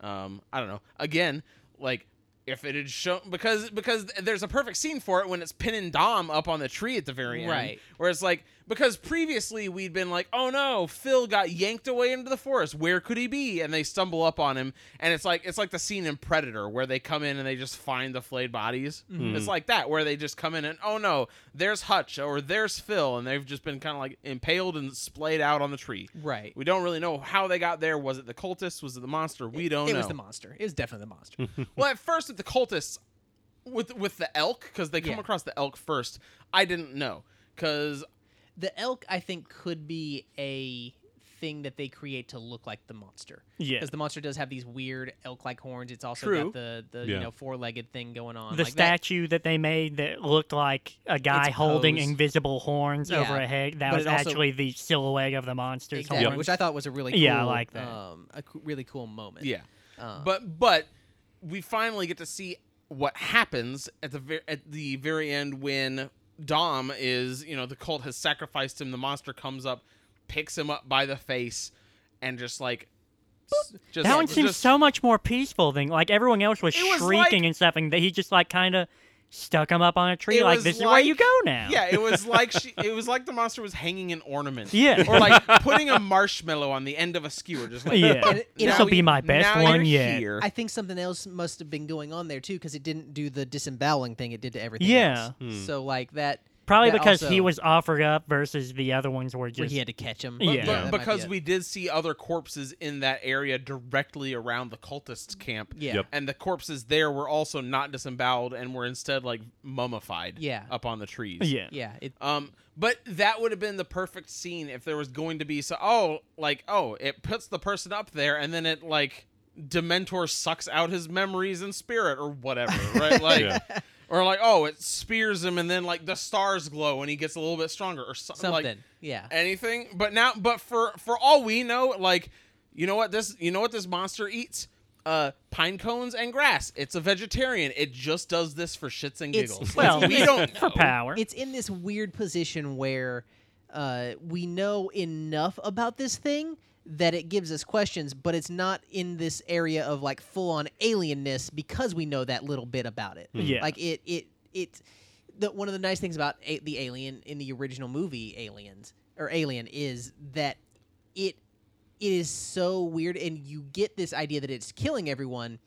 um, I don't know. Again, like if it had shown because because there's a perfect scene for it when it's Pin and Dom up on the tree at the very end. Right. Where it's like because previously we'd been like, oh no, Phil got yanked away into the forest. Where could he be? And they stumble up on him, and it's like it's like the scene in Predator where they come in and they just find the flayed bodies. Mm-hmm. It's like that where they just come in and oh no, there's Hutch or there's Phil, and they've just been kind of like impaled and splayed out on the tree. right We don't really know how they got there. Was it the cultists? Was it the monster? We don't it know was the monster it was definitely the monster well, at first with the cultists, with with the elk, because they come Yeah. across the elk first. I didn't know because the elk i think could be a thing that they create to look like the monster Yeah. because the monster does have these weird elk-like horns it's also True. got the the you Yeah. know four-legged thing going on the like that. statue that. they made that looked like a guy It's holding posed. invisible horns Yeah, over a head. That but was it also- actually the silhouette of the monster's Exactly, horns. which I thought was a really cool, Yeah, I like that. Um, a coo- really cool moment. yeah, Um, but but we finally get to see what happens at the ver- at the very end when Dom is you know the cult has sacrificed him. The monster comes up, picks him up by the face, and just like s- just that one seems just- so much more peaceful than like everyone else was It was shrieking like- and stuff, and that he just like kind of stuck him up on a tree. It Like was this is where you like- go now. Yeah, it was like she, it was like the monster was hanging an ornament. Yeah. or like putting a marshmallow on the end of a skewer, just like yeah. you This will know, be my best now one you're yet. here. I think something else must have been going on there too, because it didn't do the disemboweling thing it did to everything. Yeah. else. Hmm. so like that. Probably that because he also- was offered up versus the other ones were where just. he had to catch him. But- Yeah. but that might be because it. we did see other corpses in that area directly around the cultists' camp. yeah, Yep. And the corpses there were also not disemboweled and were instead like mummified Yeah. up on the trees. yeah. yeah, it, Um, but that would have been the perfect scene if there was going to be so. Oh, like oh, it puts the person up there, and then it like Dementor sucks out his memories and spirit or whatever, right? Like, Yeah. or like oh, it spears him, and then like the stars glow, and he gets a little bit stronger or so- something. Like, yeah, anything. But now, but for for all we know, like you know what this you know what this monster eats. Uh, pine cones and grass. It's a vegetarian. It just does this for shits and It's- giggles. Well, we don't for know. power. it's in this weird position where uh, we know enough about this thing that it gives us questions, but it's not in this area of like full on alienness because we know that little bit about it. Hmm. Yeah. like it it it. The, one of the nice things about a- the alien in the original movie Aliens or Alien is that it it is so weird and you get this idea that it's killing everyone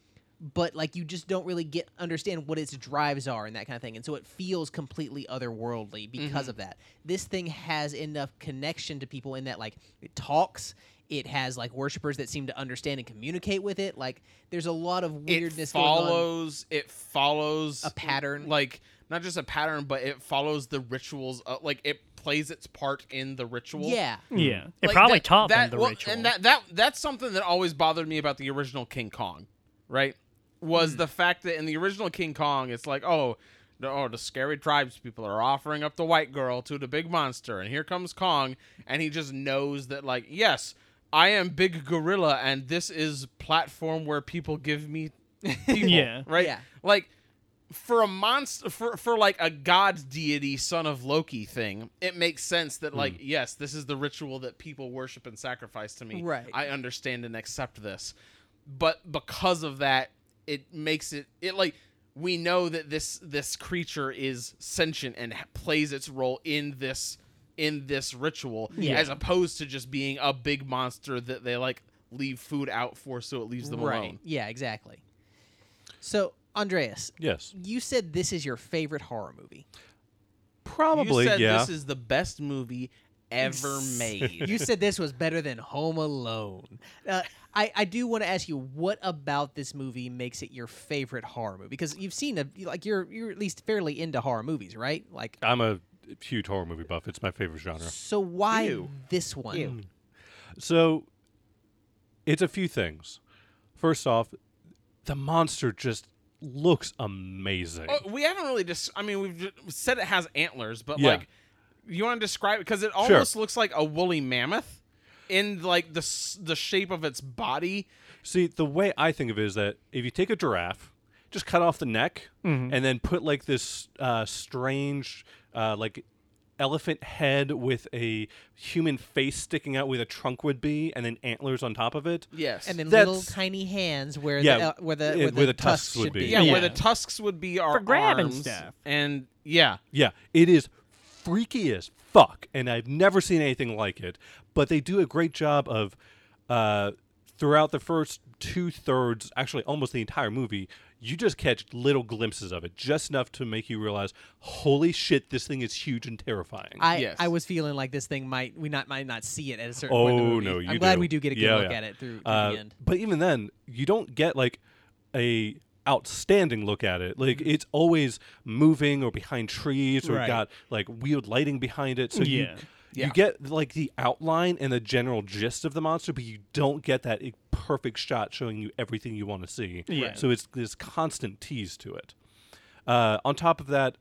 but like you just don't really get understand what its drives are and that kind of thing and so it feels completely otherworldly because Mm-hmm. of that this thing has enough connection to people in that like it talks it has like worshippers that seem to understand and communicate with it like there's a lot of weirdness it going on. follows it follows A pattern. like not just a pattern but it follows the rituals uh, like it plays its part in the ritual yeah yeah. It Hmm. Like, probably that- taught that, them the well, ritual. and that that that's something that always bothered me about the original king kong right was Hmm. the fact that in the original king kong it's like oh the, oh, the scary tribes people are offering up the white girl to the big monster, and here comes Kong, and he just knows that, like, yes, I am big gorilla, and this is platform where people give me people, Yeah. right? Yeah. Like for a monster, for for like a god deity, son of Loki thing, it makes sense that Hmm. like yes, this is the ritual that people worship and sacrifice to me. Right. I understand and accept this, but because of that, it makes it it like we know that this this creature is sentient and ha- plays its role in this in this ritual Yeah. as opposed to just being a big monster that they like leave food out for so it leaves them right alone yeah exactly so andreas Yes. you said this is your favorite horror movie Probably. You said yeah. this is the best movie ever made. you said this was better than Home Alone. Uh, I, I do want to ask you what about this movie makes it your favorite horror movie? Because you've seen a like you're you're at least fairly into horror movies, right? Like I'm a huge horror movie buff. It's my favorite genre. so why Ew. this one? So it's a few things. First off, the monster just looks amazing. Well, Oh, we haven't really just. I mean, we've ju- said it has antlers, but Yeah. like, you want to describe it because it almost looks like a woolly mammoth in like the s- the shape of its body. See, the way I think of it is that if you take a giraffe, just cut off the neck, and then put like this uh, strange, uh, like elephant head with a human face sticking out where the trunk would be, and then antlers on top of it. Yes, And then little That's- tiny hands where Yeah, the uh, where the it- where the, tusks, would should be. be. yeah, where Yeah. the tusks would be our For grabbing arms, stuff. and yeah, Yeah, it is freaky as fuck, and I've never seen anything like it. But they do a great job of, uh, throughout the first two thirds, actually almost the entire movie, you just catch little glimpses of it, just enough to make you realize, holy shit, this thing is huge and terrifying. I, Yes. I was feeling like this thing might we not might not see it at a certain point. in the oh movie. no, you I'm glad do. we do get a good Yeah, look yeah. at it through, through Uh, the end. But even then, you don't get like a outstanding look at it. Like it's always moving or behind trees or Right. got like weird lighting behind it. So you Yeah. Yeah. you get like the outline and the general gist of the monster, but you don't get that i- perfect shot showing you everything you want to see. Yeah. So it's this constant tease to it. Uh, on top of that,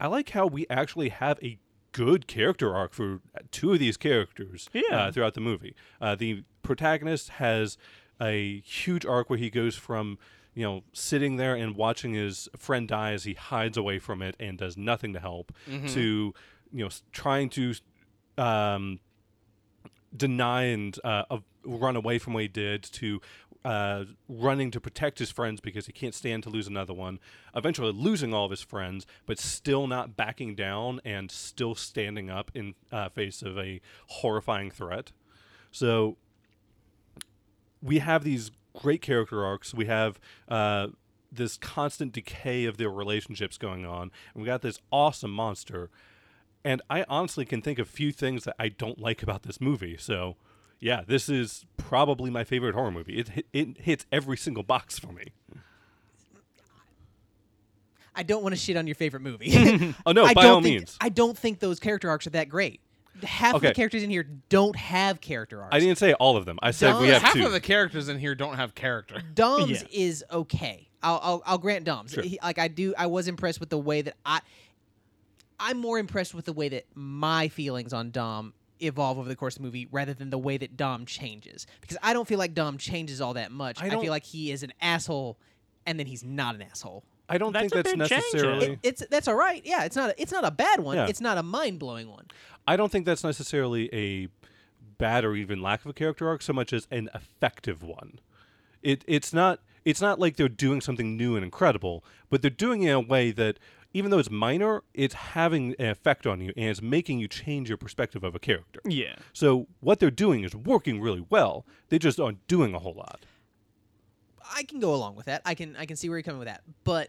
I like how we actually have a good character arc for two of these characters Yeah. uh, throughout the movie. Uh, the protagonist has a huge arc where he goes from you know sitting there and watching his friend die as he hides away from it and does nothing to help to you know s- trying to um, deny and uh, av- run away from what he did to uh, running to protect his friends because he can't stand to lose another one. Eventually, losing all of his friends, but still not backing down and still standing up in uh, face of a horrifying threat. So we have these great character arcs. We have uh, this constant decay of their relationships going on, and we got this awesome monster. And I honestly can think of few things that I don't like about this movie. So, yeah, this is probably my favorite horror movie. It hi- it hits every single box for me. I don't want to shit on your favorite movie. Oh, no, I by don't all think, means. I don't think those character arcs are that great. Half of Okay. the characters in here don't have character arcs. I didn't say all of them. I said we Uh, have half two. of the characters in here don't have character. Dom's Yeah. is okay. I'll, I'll I'll grant Dom's. He- like I do, I was impressed with the way that I. I'm more impressed with the way that my feelings on Dom evolve over the course of the movie rather than the way that Dom changes because I don't feel like Dom changes all that much. I, don't- feel like he is an asshole, and then he's not an asshole. I don't think That's a that's big change, necessarily. Ed. It's that's all right. Yeah, it's not a, it's not a bad one. Yeah. It's not a mind blowing one. I don't think that's necessarily a bad or even lack of a character arc so much as an effective one. It it's not it's not like they're doing something new and incredible, but they're doing it in a way that even though it's minor, it's having an effect on you and it's making you change your perspective of a character. Yeah. So what they're doing is working really well. They just aren't doing a whole lot. I can go along with that. I can I can see where you're coming with that. But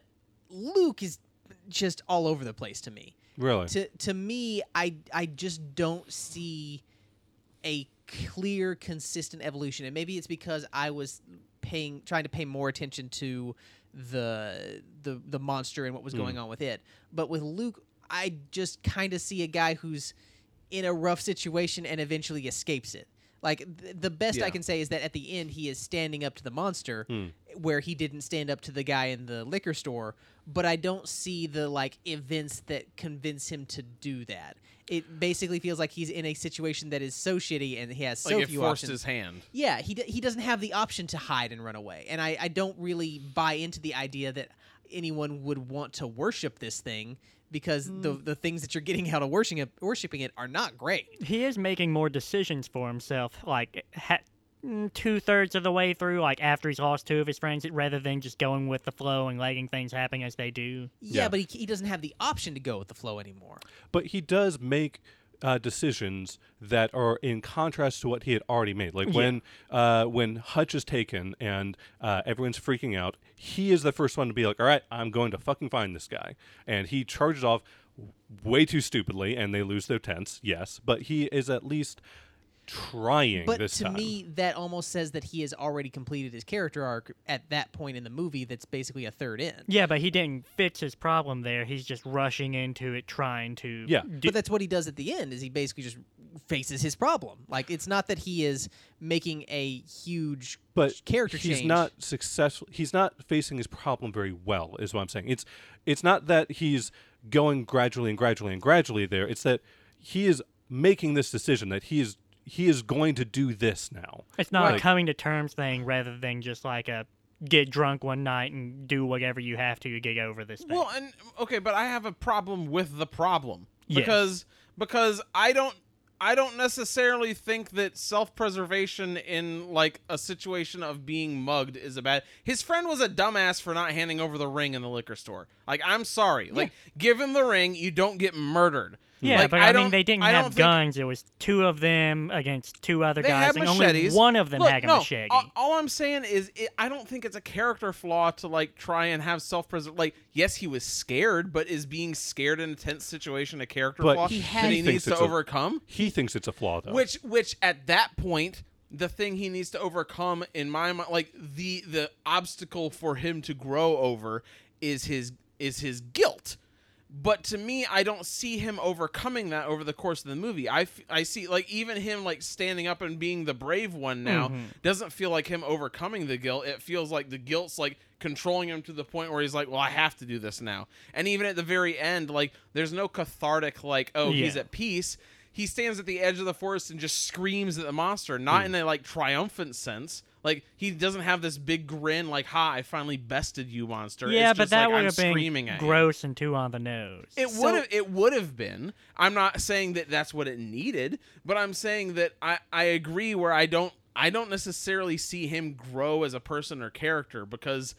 Luke is just all over the place to me. Really? To to me, I I just don't see a clear, consistent evolution. And maybe it's because I was paying trying to pay more attention to the the the monster and what was going on with it. But with Luke, I just kind of see a guy who's in a rough situation and eventually escapes it. Like th- the best I can say is that at the end he is standing up to the monster Hmm. where he didn't stand up to the guy in the liquor store, but I don't see the like events that convince him to do that. It basically feels like he's in a situation that is so shitty and he has so like it few forced options. his hand. Yeah, he d- he doesn't have the option to hide and run away, and I I don't really buy into the idea that anyone would want to worship this thing because the the things that you're getting out of worshiping it, worshiping it are not great. he is making more decisions for himself, like ha- two thirds of the way through, like after he's lost two of his friends, rather than just going with the flow and letting things happen as they do. Yeah, Yeah. but he, he doesn't have the option to go with the flow anymore. but he does make uh, decisions that are in contrast to what he had already made. Like when uh, when Hutch is taken and uh, everyone's freaking out, he is the first one to be like, "All right, I'm going to fucking find this guy," and he charges off. way too stupidly and they lose their tense, yes, but he is at least trying But this to time. me, that almost says that he has already completed his character arc at that point in the movie. That's basically a third in. Yeah, but he didn't fix his problem there. He's just rushing into it, trying to. Yeah. do- But that's what he does at the end. Is he basically just faces his problem? Like it's not that he is making a huge but character he's change. not successful he's not facing his problem very well is what i'm saying it's it's not that he's going gradually and gradually and gradually there it's that he is making this decision that he is he is going to do this now it's not a Like, coming to terms thing rather than just like a get drunk one night and do whatever you have to to get over this thing. Well, and okay, but I have a problem with the problem Yes. because because I don't I don't necessarily think that self-preservation in like a situation of being mugged is a bad. His friend was a dumbass for not handing over the ring in the liquor store. Like I'm sorry. Like give him the ring, you don't get murdered. yeah, Like, but I, mean, don't- they didn't I don't have think- guns. It was two of them against two other They guys, had and machetes. only one of them Look, had a no, uh, machete. All, all I'm saying is, it, I don't think it's a character flaw to like try and have self preserve. Like, yes, he was scared, but is being scared in a tense situation a character But flaw he that has- he He needs thinks to it's a- overcome? he thinks it's a flaw though Which, which at that point, the thing he needs to overcome in my mind, like the the obstacle for him to grow over, is his is his guilt. But to me, I don't see him overcoming that over the course of the movie. I, f- I see like even him like standing up and being the brave one now Mm-hmm. doesn't feel like him overcoming the guilt. It feels like the guilt's like controlling him to the point where he's like, well, I have to do this now. And even at the very end, like there's no cathartic like, oh, he's Yeah. at peace. He stands at the edge of the forest and just screams at the monster, not Mm. in a like triumphant sense. Like he doesn't have this big grin, like "Ha, I finally bested you, monster." yeah, it's but just that like, would I'm have been screaming at you. gross and two on the nose. It So- would have. It would have been. I'm not saying that that's what it needed, but I'm saying that I I agree where I don't I don't necessarily see him grow as a person or character because,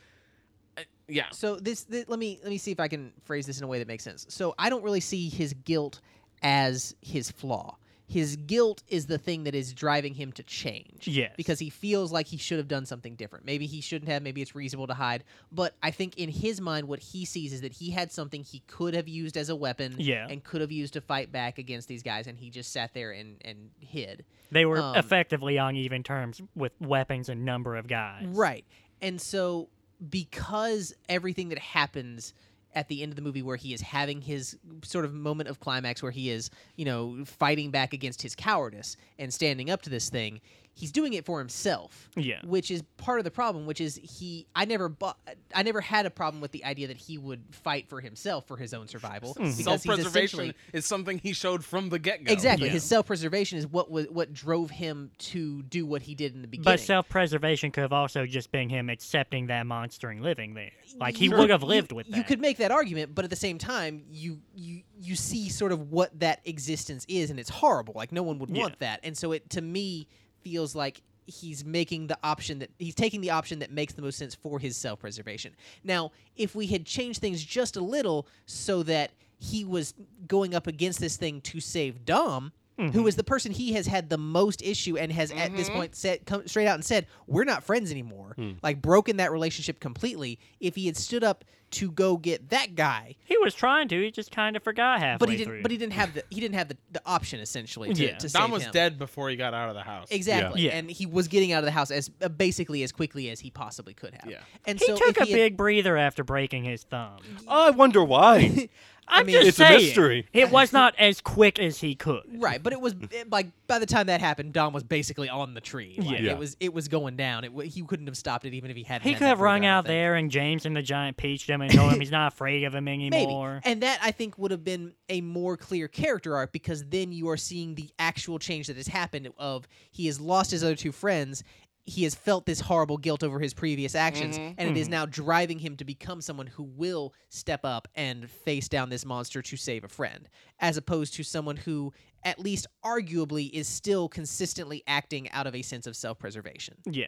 uh, yeah, So this, thi- let me let me see if I can phrase this in a way that makes sense. So I don't really see his guilt as his flaw. His guilt is the thing that is driving him to change. Yes. Because he feels like he should have done something different. Maybe he shouldn't have, maybe it's reasonable to hide. But I think in his mind what he sees is that he had something he could have used as a weapon Yeah. and could have used to fight back against these guys and he just sat there and, and hid. they were um, effectively on even terms with weapons and number of guys. Right. And so because everything that happens at the end of the movie where he is having his sort of moment of climax where he is, you know, fighting back against his cowardice and standing up to this thing, he's doing it for himself. Yeah. Which is part of the problem, which is he I never bought I never had a problem with the idea that he would fight for himself for his own survival. because he's self-preservation essentially- is something he showed from the get go. Exactly. Yeah. His self preservation is what was what drove him to do what he did in the beginning. But self preservation could have also just been him accepting that monster and living there. Like he you- would have you- lived with that. You could make that argument, but at the same time, you you you see sort of what that existence is, and it's horrible. Like no one would Yeah. want that, and so it to me feels like he's making the option that he's taking the option that makes the most sense for his self-preservation. Now, if we had changed things just a little so that he was going up against this thing to save Dom, who Mm-hmm. is the person he has had the most issue and has at this point said come straight out and said we're not friends anymore Hmm. like broken that relationship completely if he had stood up to go get that guy He was trying to. He just kind of forgot halfway but he didn't through. but he didn't have the he didn't have the, the option essentially to, Yeah. to Dom save was him. dead before he got out of the house. exactly Yeah. and he was getting out of the house as uh, basically as quickly as he possibly could have Yeah. and He so took if a he had- big breather after breaking his thumb. i wonder why I'm mean- just It's a saying, mystery. It was not as quick as he could. Right, but it was Mm. it- like by the time that happened, Dom was basically on the tree. Like, Yeah. it was it was going down. It, wa- he couldn't have stopped it even if he hadn't. He had could that have rung breather, I out think. there and James and the Giant peached him and told him he's not afraid of him anymore. And that I think would have been a more clear character arc because then you are seeing the actual change that has happened of he has lost his other two friends, he has felt this horrible guilt over his previous actions and Mm-hmm. it is now driving him to become someone who will step up and face down this monster to save a friend as opposed to someone who at least arguably is still consistently acting out of a sense of self-preservation. Yeah.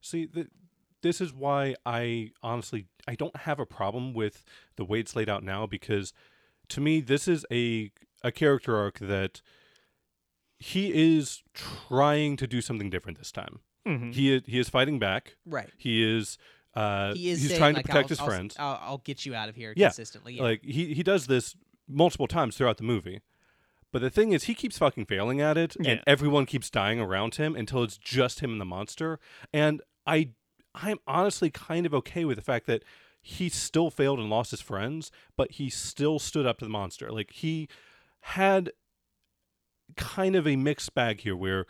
See, th- this is why I honestly I don't have a problem with the way it's laid out now because to me this is a a character arc that he is trying to do something different this time. He is, he is fighting back. Mm-hmm. Right. He is uh He is he's saying, trying like, to protect I'll- his I'll- friends. I'll, I'll get you out of here yeah. consistently. Yeah. Like he he does this multiple times throughout the movie. But the thing is, he keeps fucking failing at it, Yeah. and everyone keeps dying around him until it's just him and the monster. And I, I'm honestly kind of okay with the fact that he still failed and lost his friends, but he still stood up to the monster. Like he had kind of a mixed bag here, where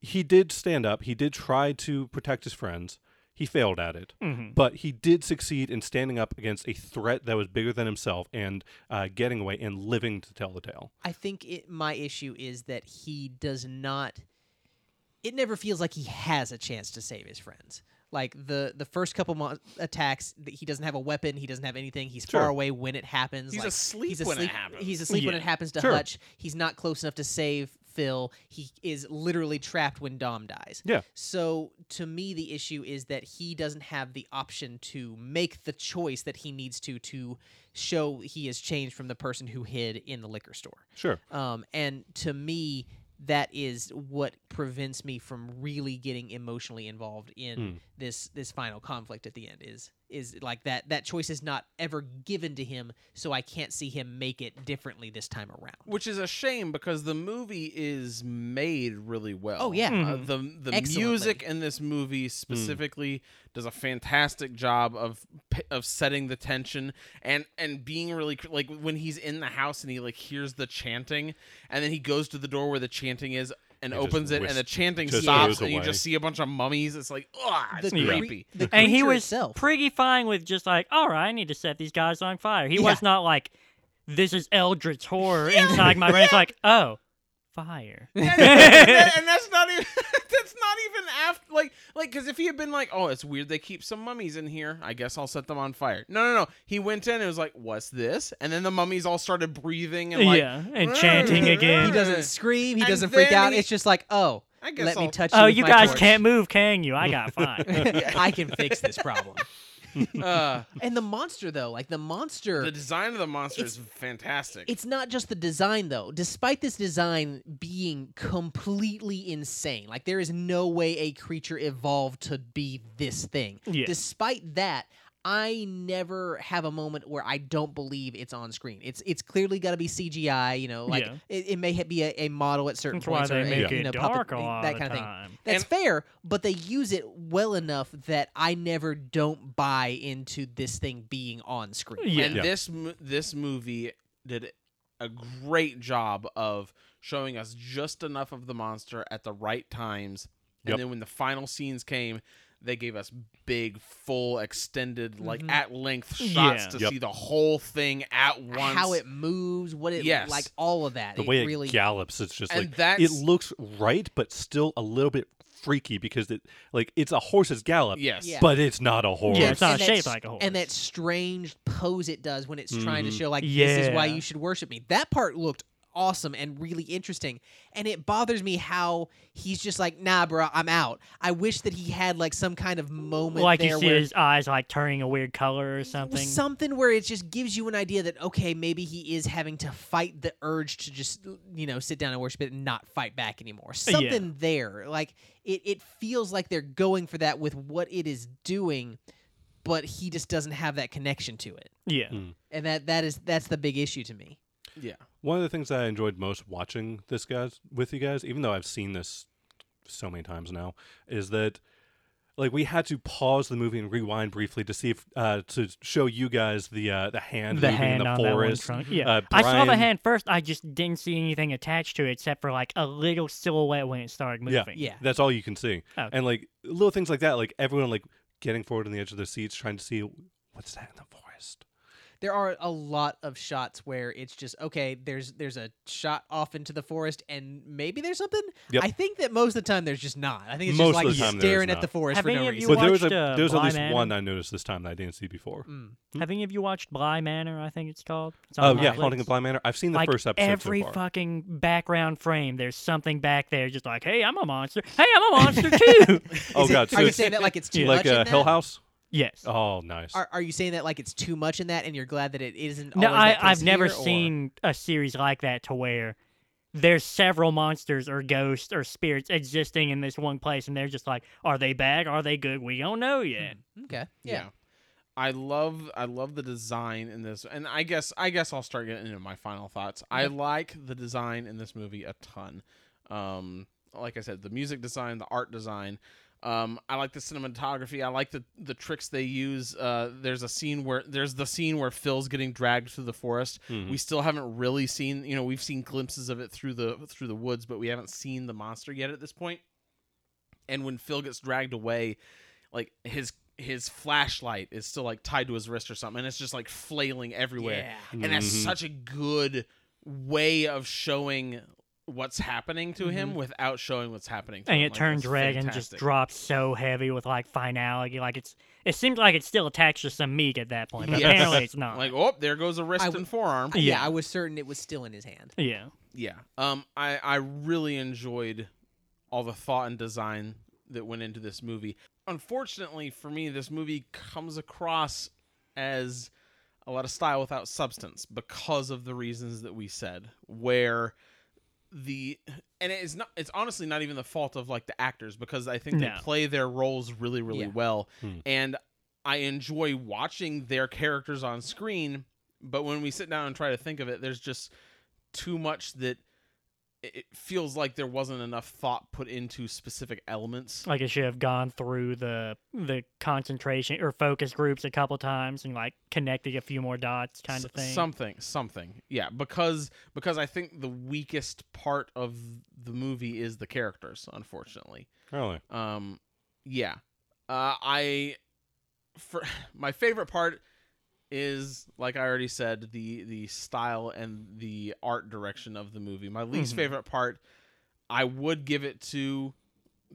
he did stand up, he did try to protect his friends, he failed at it, Hmm. but he did succeed in standing up against a threat that was bigger than himself and uh, getting away and living to tell the tale. I think it, my issue is that he does not. It never feels like he has a chance to save his friends. Like the the first couple mon- attacks, th- he doesn't have a weapon. He doesn't have anything. He's far Sure. away when it happens. He's like, asleep he's when it asleep- happens. He's asleep when Yeah. it happens to Sure. Hutch. He's not close enough to save Phil. He is literally trapped when Dom dies. Yeah. So to me, the issue is that he doesn't have the option to make the choice that he needs to to show he has changed from the person who hid in the liquor store. Sure. Um, and to me, that is what prevents me from really getting emotionally involved in Hmm. this this final conflict at the end. Is is like that that choice is not ever given to him, so I can't see him make it differently this time around. which is a shame because the movie is made really well. Oh, yeah. Mm-hmm. Uh, the the Excellently. music in this Mm. movie specifically does a fantastic job of p- of setting the tension and and being really cr- like when he's in the house and he like hears the chanting and then he goes to the door where the chanting is and It just opens it whisk- and the chanting just stops goes and you away. just see a bunch of mummies. It's like, oh, it's The cre- creepy. the and he creature was itself. pretty fine with just like, all right, I need to set these guys on fire. He Yeah. was not like, this is eldritch horror inside my brain. It's like, oh, fire. and, and that- and that's not even that's not even after like like because if he had been like oh it's weird they keep some mummies in here i guess i'll set them on fire no no no he went in and was like what's this and then the mummies all started breathing and like yeah, and chanting again. he doesn't scream. He And doesn't freak then out. he- It's just like, oh, I guess let I'll- me touch. oh, with you my guys torch. can't move, can you? I got fire. I can fix this problem. uh, And the monster though, like the monster, the design of the monster is fantastic It's not just the design though. Despite this design being completely insane, like there is no way a creature evolved to be this thing. Yeah. Despite that, I never have a moment where I don't believe it's on screen. It's it's clearly got to be CGI. You know, like Yeah. it, it may ha- be a, a model at certain That's why points they or a, make you it know, dark puppet, a lot that of kind of thing. time. That's And- fair, but they use it well enough that I never don't buy into this thing being on screen. Yeah. and Yeah. this mo- this movie did a great job of showing us just enough of the monster at the right times and Yep. then when the final scenes came they gave us big full extended like Mm-hmm. at length shots Yeah. to Yep. see the whole thing at once how it moves, what it Yes. like, all of that. The it way it really gallops, it's just And like it that's- looks right, but still a little bit freaky because it like it's a horse's gallop. yes Yeah. But it's not a horse. Yeah, it's not and that shaped s- like a horse. And that strange pose it does when it's trying Mm-hmm. to show like this is why Yeah. you should worship me. That part looked awesome and really interesting. And it bothers me how he's just like, nah, bro, I'm out. I wish that he had like some kind of moment like there you see where his eyes like turning a weird color or something. something where it just gives you an idea that okay, maybe he is having to fight the urge to just you know sit down and worship it and not fight back anymore. Something there, like it, it feels like they're going for that with what it is doing, but he just doesn't have that connection to it, yeah. and that that is that's the big issue to me. yeah One of the things that I enjoyed most watching this guys with you guys, even though I've seen this so many times now, is that like we had to pause the movie and rewind briefly to see if uh, to show you guys the uh, the hand the moving hand in the on forest. that one trunk. Yeah, Uh, I saw the Brian- hand first. I just didn't see anything attached to it except for like a little silhouette when it started moving. Yeah. That's all you can see. Oh. And like little things like that, like everyone like getting forward on the edge of their seats trying to see what's that in the forest. There are a lot of shots where it's just okay. There's there's a shot off into the forest, and maybe there's something. Yep. I think that most of the time there's just not. I think it's Most just of like the time there is staring at not. the forest Have for no any of reason. you but there was watched, a uh, there's at Bly least Manor? one I noticed this time that I didn't see before. Have any of you watched Bly Manor? I think it's called. It's Hmm. Oh on yeah, Netflix. haunting of Blind Manor. I've seen the like first episode every so far. fucking background frame, there's something back there, just like, hey, I'm a monster. Hey, I'm a monster too. oh Is it- god, so are you it's saying that like it's too like much? uh, in Hill that? House. yes. Oh, nice. Are, are you saying that like it's too much in that, and you're glad that it isn't? no, always I, that I've case never here, or- seen a series like that to where there's several monsters or ghosts or spirits existing Hmm. in this one place, and they're just like, are they bad? Are they good? We don't know yet. Okay, yeah. yeah I love I love the design in this, and I guess I guess I'll start getting into my final thoughts. I like the design in this movie a ton. Um, like I said, the music design, the art design. Um, I like the cinematography. I like the the tricks they use. Uh, there's a scene where there's the scene where Phil's getting dragged through the forest. We still haven't really seen, you know, we've seen glimpses of it through the through the woods, but we haven't seen the monster yet at this point and when Phil gets dragged away, like his his flashlight is still like tied to his wrist or something, and it's just like flailing everywhere. Yeah. And Mm-hmm. that's such a good way of showing what's happening to him without showing what's happening to Mm-hmm. and him. it Like, turns that's red and just fantastic. drops so heavy with like finality. Like it's it seems like it's still attached to some meat at that point, but Yes. apparently it's not. Like, oh, there goes a wrist Uh, I w- and forearm. Yeah. Yeah. I was certain it was still in his hand. yeah, yeah um i i really enjoyed all the thought and design that went into this movie unfortunately for me this movie comes across as a lot of style without substance because of the reasons that we said where the and it's not it's honestly not even the fault of like the actors because i think No. they play their roles really really Yeah. well and i enjoy watching their characters on screen but when we sit down and try to think of it there's just too much that it it feels like there wasn't enough thought put into specific elements like it should have gone through the the concentration or focus groups a couple times and like connected a few more dots, kind of S- thing. something something yeah because because i think the weakest part of the movie is the characters unfortunately Really? Um, yeah. Uh, I for my favorite part is like I already said the the style and the art direction of the movie. My least favorite part, I would give it to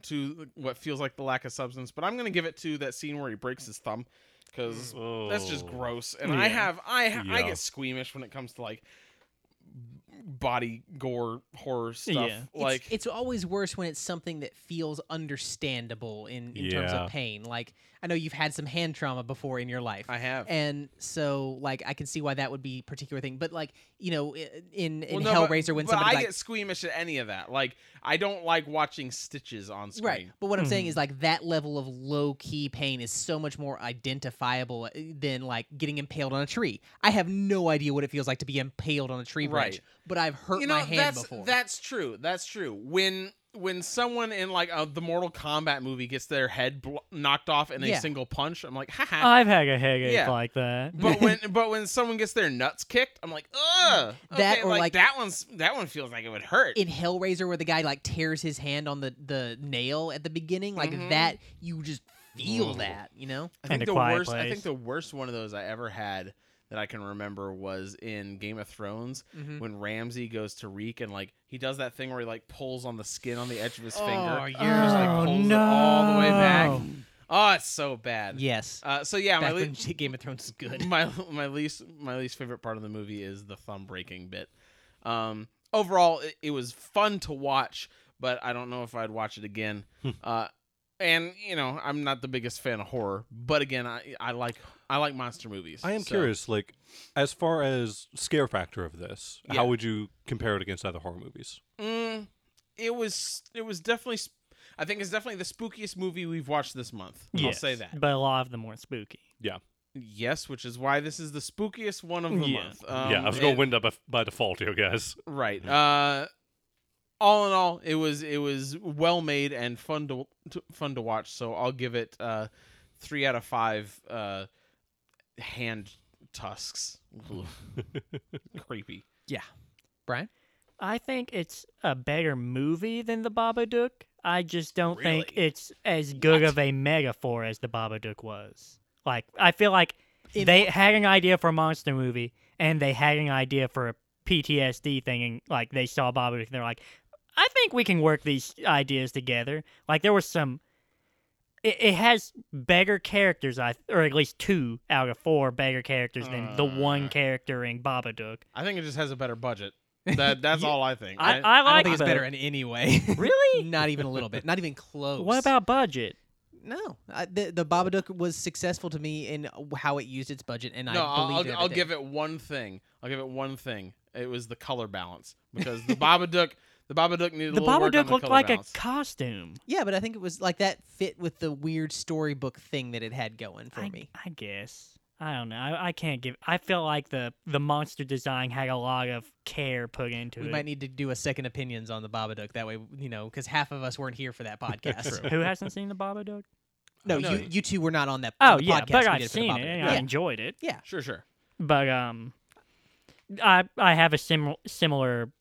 to what feels like the lack of substance, but I'm gonna give it to that scene where he breaks his thumb because that's just Oh. gross. And I Yeah. have I ha- I Yeah. get squeamish when it comes to like body gore horror stuff. Yeah. It's- Like it's, always worse when it's something that feels understandable in, in terms Yeah. of pain. Like I know you've had some hand trauma before in your life. I have. and so like I can see why that would be a particular thing. But like you know, i- in in Well, no, but- Hellraiser when but somebody I like get squeamish at any of that. Like I don't like watching stitches on screen. Right. But what I'm saying is like that level of low key pain is so much more identifiable uh, than like getting impaled on a tree. I have no idea what it feels like to be impaled on a tree branch, Right. but I've hurt You know my hand that's before. that's true. That's true. When when someone in like uh, the Mortal Kombat movie gets their head bl- knocked off in Yeah. a single punch, I'm like, haha. I've had a headache Yeah. like that. but when but when someone gets their nuts kicked, I'm like, ugh. That okay, or, like- that one's that one feels like it would hurt. in Hellraiser where the guy like tears his hand on the the nail at the beginning, like Mm-hmm. that you just feel that, you know? I And think A the Quiet worst. I Place. think the worst one of those I ever had that I can remember was in Game of Thrones when Ramsey goes to Reek and like he does that thing where he like pulls on the skin on the edge of his finger. Oh, and yeah. just, like, Oh, pulls it all the way back. no. Oh, it's so bad. Yes. Uh, so yeah, my, Back le- when Game of Thrones is good. my my least my least favorite part of the movie is the thumb breaking bit. Um, overall, it, it was fun to watch, but I don't know if I'd watch it again. Hmm. uh, and you know, I'm not the biggest fan of horror, but again, I I like I like monster movies. I am so- curious, like, as far as scare factor of this, Yeah. how would you compare it against other horror movies? Mm, it was it was definitely. sp- I think it's definitely the spookiest movie we've watched this month. I'll Yes, say that. But a lot of them weren't spooky. Yeah. Yes, which is why this is the spookiest one of the Yeah. month. Um, yeah, I was going it- to wind up af- by default here, guys. Right. Uh, all in all, it was it was well made and fun to, to fun to watch. So I'll give it uh, three out of five uh, hand tusks. Creepy. yeah. Brian? I think it's a better movie than The Babadook. I just don't think Really? it's as good of a metaphor as The Babadook was. Like, I feel like In they had an idea for a monster movie and they had an idea for a PTSD thing, and like they saw Babadook, and they're like, I think we can work these ideas together. Like, there was some. It, it has better characters, I or at least two out of four better characters than the Uh. one character in Babadook. I think it just has a better budget. That that's all I think. I- I, I, like I don't think it's Babadook. better in any way. Really? Not even a little bit. Not even close. What about budget? No, I, the the Babadook was successful to me in how it used its budget, and No, I I'll, believe I'll, I'll give it one thing. I'll give it one thing. It was the color balance because the Babadook, The Babadook needed The a little work on Babadook the looked color like balance. a costume. Yeah, but I think it was like that fit with the weird storybook thing that it had going for I, me. I guess. I don't know. I, I can't give. I feel like the the monster design had a lot of care put into We it. might need to do a second opinions on the Babadook. That way, you know, because half of us weren't here for that podcast. Who hasn't seen the Babadook? no, No, you, you two were not on that. on Oh the yeah, podcast but we I've did for the seen it. Babadook. and I Yeah. enjoyed it. yeah, Sure, sure. But um, I I have a sim- similar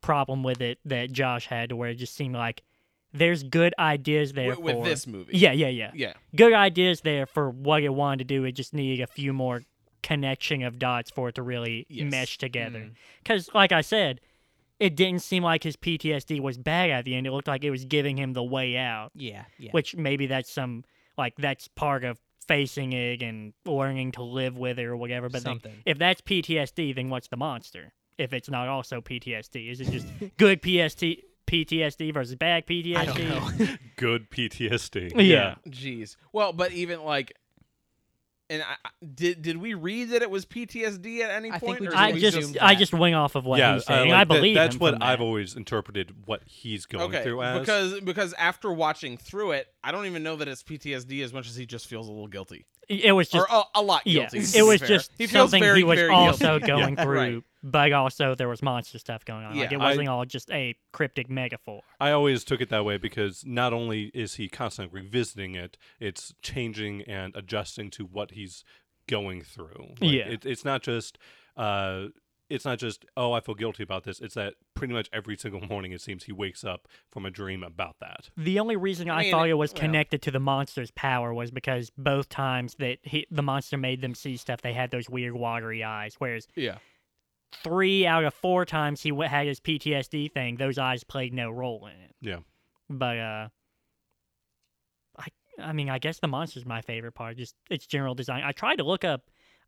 problem with it that Josh had, to where it just seemed like there's good ideas there With, with for this movie. Yeah, yeah, yeah, Yeah. Good ideas there for what it wanted to do. It just needed a few more connection of dots for it to really Yes. mesh together. Mm. Because, like I said, it didn't seem like his PTSD was bad at the end. It looked like it was giving him the way out yeah, yeah. which maybe that's some like that's part of facing it and learning to live with it or whatever. But then Something. if that's PTSD, then what's the monster? If it's not also PTSD, is it just good PST PTSD versus bad PTSD? I don't know. Good PTSD. Yeah. Jeez. Well, but even like, and I, I- did did we read that it was PTSD at any I think point? we or just did I we just assumed I that. just went off of what yeah, he's saying. like I that- believe that's him what from I've that. always interpreted what he's going okay through as. because because after watching through it, I don't even know that it's PTSD as much as he just feels a little guilty It was just or a, a lot yeah. guilty. to It be was fair. just he feels something very, he was very also guilty. going through, Right. but also there was monster stuff going on. like Yeah, it I- wasn't all just a cryptic metaphor. I always took it that way because not only is he constantly revisiting it, it's changing and adjusting to what he's going through. Yeah. it, it's not just. Uh, it's not just oh I feel guilty about this. It's that pretty much every single morning it seems he wakes up from a dream about that. The only reason I, mean, thought it was well. connected to the monster's power was because both times that he, the monster made them see stuff, they had those weird watery eyes. Whereas yeah. three out of four times he w- had his PTSD thing, those eyes played no role in it. Yeah. But uh, I I mean I guess the monster's my favorite part. Just its general design. I tried to look up.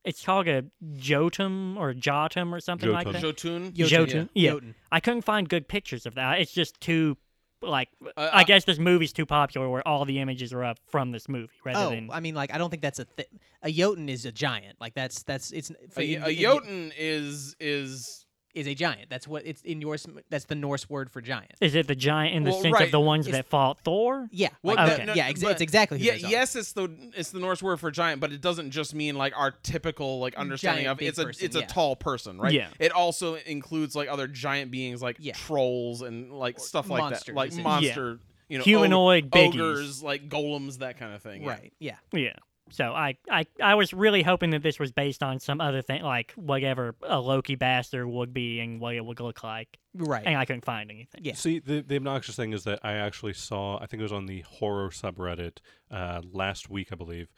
It's called a Jotum or Jotum or something like Jotun. that. Jotun. Jotun, Jotun, yeah. yeah. Jotun. I couldn't find good pictures of that. It's just too, like, Uh, I uh, guess this movie's too popular where all the images are up from this movie rather Oh, than. I mean, like I don't think that's a thi- a Jotun is a giant. Like that's that's it's A, in- a in- Jotun is is is a giant. That's what it's in yours. That's the Norse word for giant. Is it the giant in the Well, sense right, of the ones it's- that fought Thor? Yeah, Well, like that- that. no, yeah, ex- but- it's exactly. Who yeah. those are. Yes, it's the it's the Norse word for giant, but it doesn't just mean like our typical like understanding Mm, Giant, of big it's a person, it's yeah. a tall person, right? Yeah. It also includes like other giant beings like Yeah. trolls and like stuff like monsters, that, like yeah. monster, you know, og- Humanoid biggies. ogres, like golems, that kind of thing. yeah. Right. Yeah. Yeah. So I, I, I was really hoping that this was based on some other thing, like whatever a Loki bastard would be and what it would look like. Right. And I couldn't find anything. Yeah. See, the, the obnoxious thing is that I actually saw, I think it was on the horror subreddit uh, last week, I believe,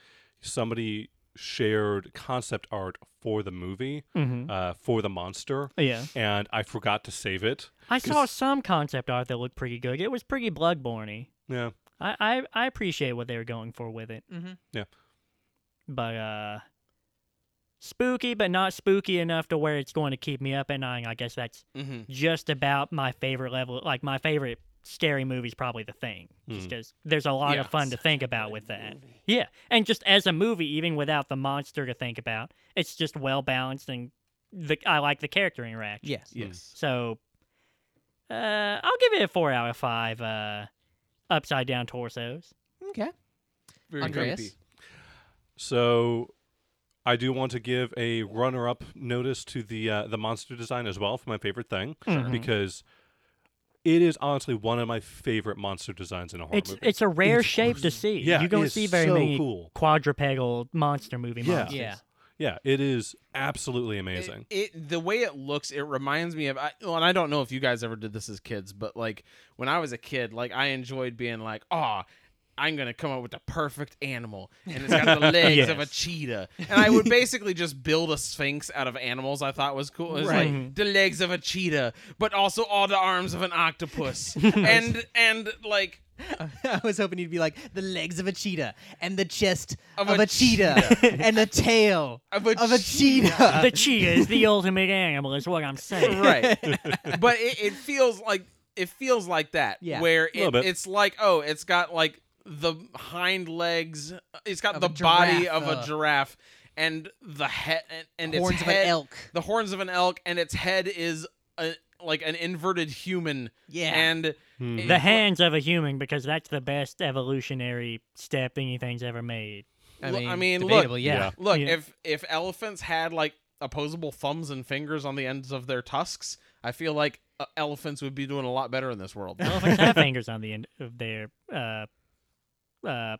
somebody shared concept art for the movie, uh, for the monster. Mm-hmm. Yeah. And I forgot to save it. I saw some concept art that looked pretty good. It was pretty bloodborne Yeah. I, I, I appreciate what they were going for with it. Yeah. but uh spooky but not spooky enough to where it's going to keep me up at night i guess that's just about my favorite level like my favorite scary movie's probably the thing just because there's a lot Yeah. of fun to think about with that yeah and just as a movie even without the monster to think about it's just well balanced and the, i like the character interaction Yes. Yes. so uh i'll give it a four out of five uh upside down torsos Okay. Very Andreas? creepy. So I do want to give a runner up notice to the uh, the monster design as well for my favorite thing because it is honestly one of my favorite monster designs in a horror It's movie. it's a rare shape to see. Yeah, you don't it's see very so many cool. quadrupedal monster movie Yeah. monsters. Yeah. yeah, it is absolutely amazing. It, it the way it looks, it reminds me of. I, well, and I don't know if you guys ever did this as kids, but like when I was a kid, like I enjoyed being like, ah. I'm gonna come up with the perfect animal, and it's got the legs of a Yes. cheetah. And I would basically just build a sphinx out of animals. I thought was cool. It was Right. like the legs of a cheetah, but also all the arms of an octopus, and and like I was hoping you'd be like the legs of a cheetah and the chest Of of, a a, cheetah, and the tail Of a cheetah. The cheetah is the ultimate animal, is what I'm saying. right but it, it feels like it feels like that Yeah. where Little it, bit. it's like oh it's got like the hind legs it's got Of the a body of giraffe, a uh, giraffe and the head and, and horns its of an head- elk. the horns of an elk and its head is a, like an inverted human. Yeah. and it- The hands of a human because that's the best evolutionary step anything's ever made. I Look- mean, I mean, look- debatable, yeah. Yeah. Look, Yeah. if if elephants had like opposable thumbs and fingers on the ends of their tusks, I feel like uh, elephants would be doing a lot better in this world. Elephants have fingers on the end of their uh uh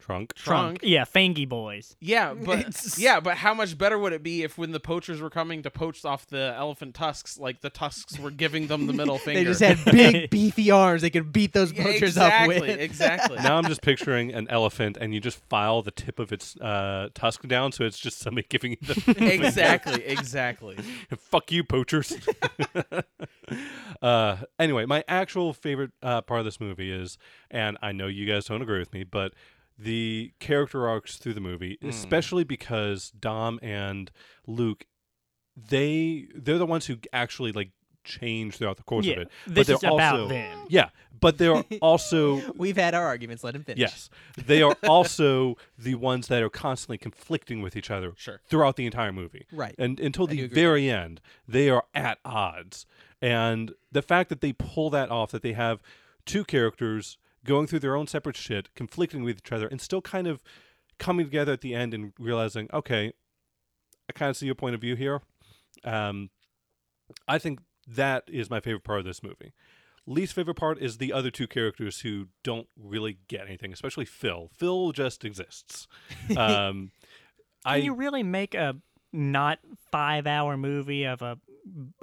Trunk. Trunk. yeah, fangy boys. Yeah, but It's- yeah, but how much better would it be if when the poachers were coming to poach off the elephant tusks, like the tusks were giving them the middle finger? They just had big beefy arms they could beat those Yeah, poachers exactly, up with. Exactly. Now I'm just picturing an elephant, and you just file the tip of its uh, tusk down, so it's just somebody giving you the exactly, exactly. fuck you poachers uh anyway my actual favorite uh, part of this movie is and i know you guys don't agree with me but the character arcs through the movie Hmm. especially because dom and luke they they're the ones who actually like change throughout the course Yeah, of it this they're is about them. yeah but they're also We've had our arguments. Let him finish. Yes. They are also the ones that are constantly conflicting with each other Sure. throughout the entire movie. Right. And until do the agree very end, they are at odds. And the fact that they pull that off, that they have two characters going through their own separate shit, conflicting with each other, and still kind of coming together at the end and realizing, okay, I kind of see your point of view here. Um, I think that is my favorite part of this movie. Least favorite part is the other two characters who don't really get anything, especially Phil. Phil just exists. Um, I Can you really make a not five hour movie of a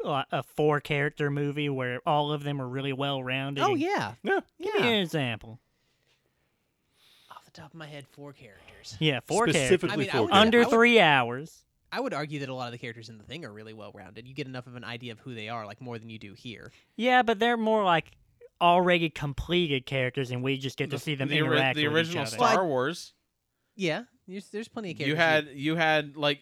uh, a four character movie where all of them are really well rounded? Oh yeah. yeah, Give me an example. Off the top of my head, four characters. Yeah, four characters. specifically I mean, I four would- characters. Under I would- three hours. I would argue that a lot of the characters in the thing are really well rounded. You get enough of an idea of who they are, like more than you do here. Yeah, but they're more like already completed characters, and we just get to see them the, ori- interact the with original each other. Star Wars. Yeah, there's, there's plenty of characters. You had you had like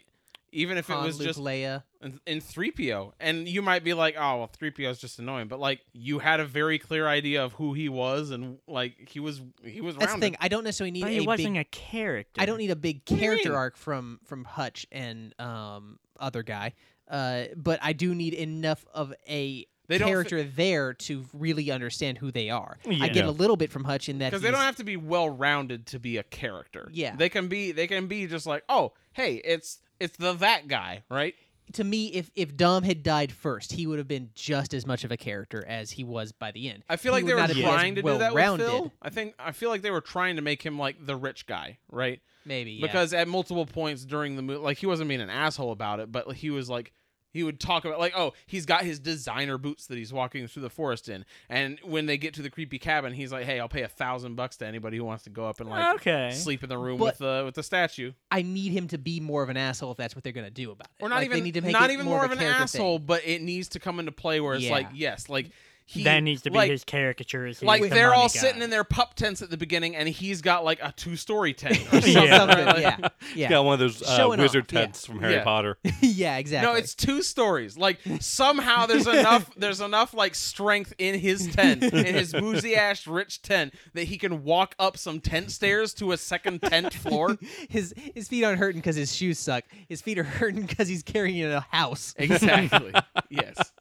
even if it was Luke, just Leia. in- in 3PO. And you might be like, oh, well, 3PO is just annoying. But, like, you had a very clear idea of who he was and, like, he was, he was That's the rounded. thing. I don't necessarily need But a he wasn't big. a character. I I don't need a big do you character mean? arc from from Hutch and um other guy. Uh, but I do need enough of a They don't fi- character there to really understand who they are. I Yeah. get a little bit from Hutch in that Because they don't he's- have to be well rounded to be a character. Yeah. They can be, they can be just like, oh, hey, it's, it's the that guy, right? to me, if if Dom had died first, he would have been just as much of a character as he was by the end. I feel He like would they were not have been as trying to do that with well-rounded, Phil. I think, I feel like they were trying to make him, like, the rich guy, right? Maybe yeah. because at multiple points during the movie, like he wasn't being an asshole about it, but he was like he would talk about like oh he's got his designer boots that he's walking through the forest in, and when they get to the creepy cabin, he's like hey I'll pay a thousand bucks to anybody who wants to go up and like Okay. sleep in the room But- with the with the statue I need him to be more of an asshole if that's what they're gonna do about it. or not Like, they even need to make not it even more, more of, a an character asshole, Thing. but it needs to come into play where it's like Yeah. yes like he that needs to be like, his caricature. Is he's like the they're all money guy. sitting in their pup tents at the beginning, and he's got like a two story tent. Or something. Yeah. Something, Like- yeah, yeah, yeah. one of those uh, Showing wizard off, yeah. tents from Harry Yeah. Potter. yeah, exactly. No, it's two stories. Like somehow there's enough there's enough like strength in his tent, in his boozy ass rich tent, that he can walk up some tent stairs to a second tent floor. his his feet aren't hurting because his shoes suck. His feet are hurting because he's carrying a house. Exactly. yes.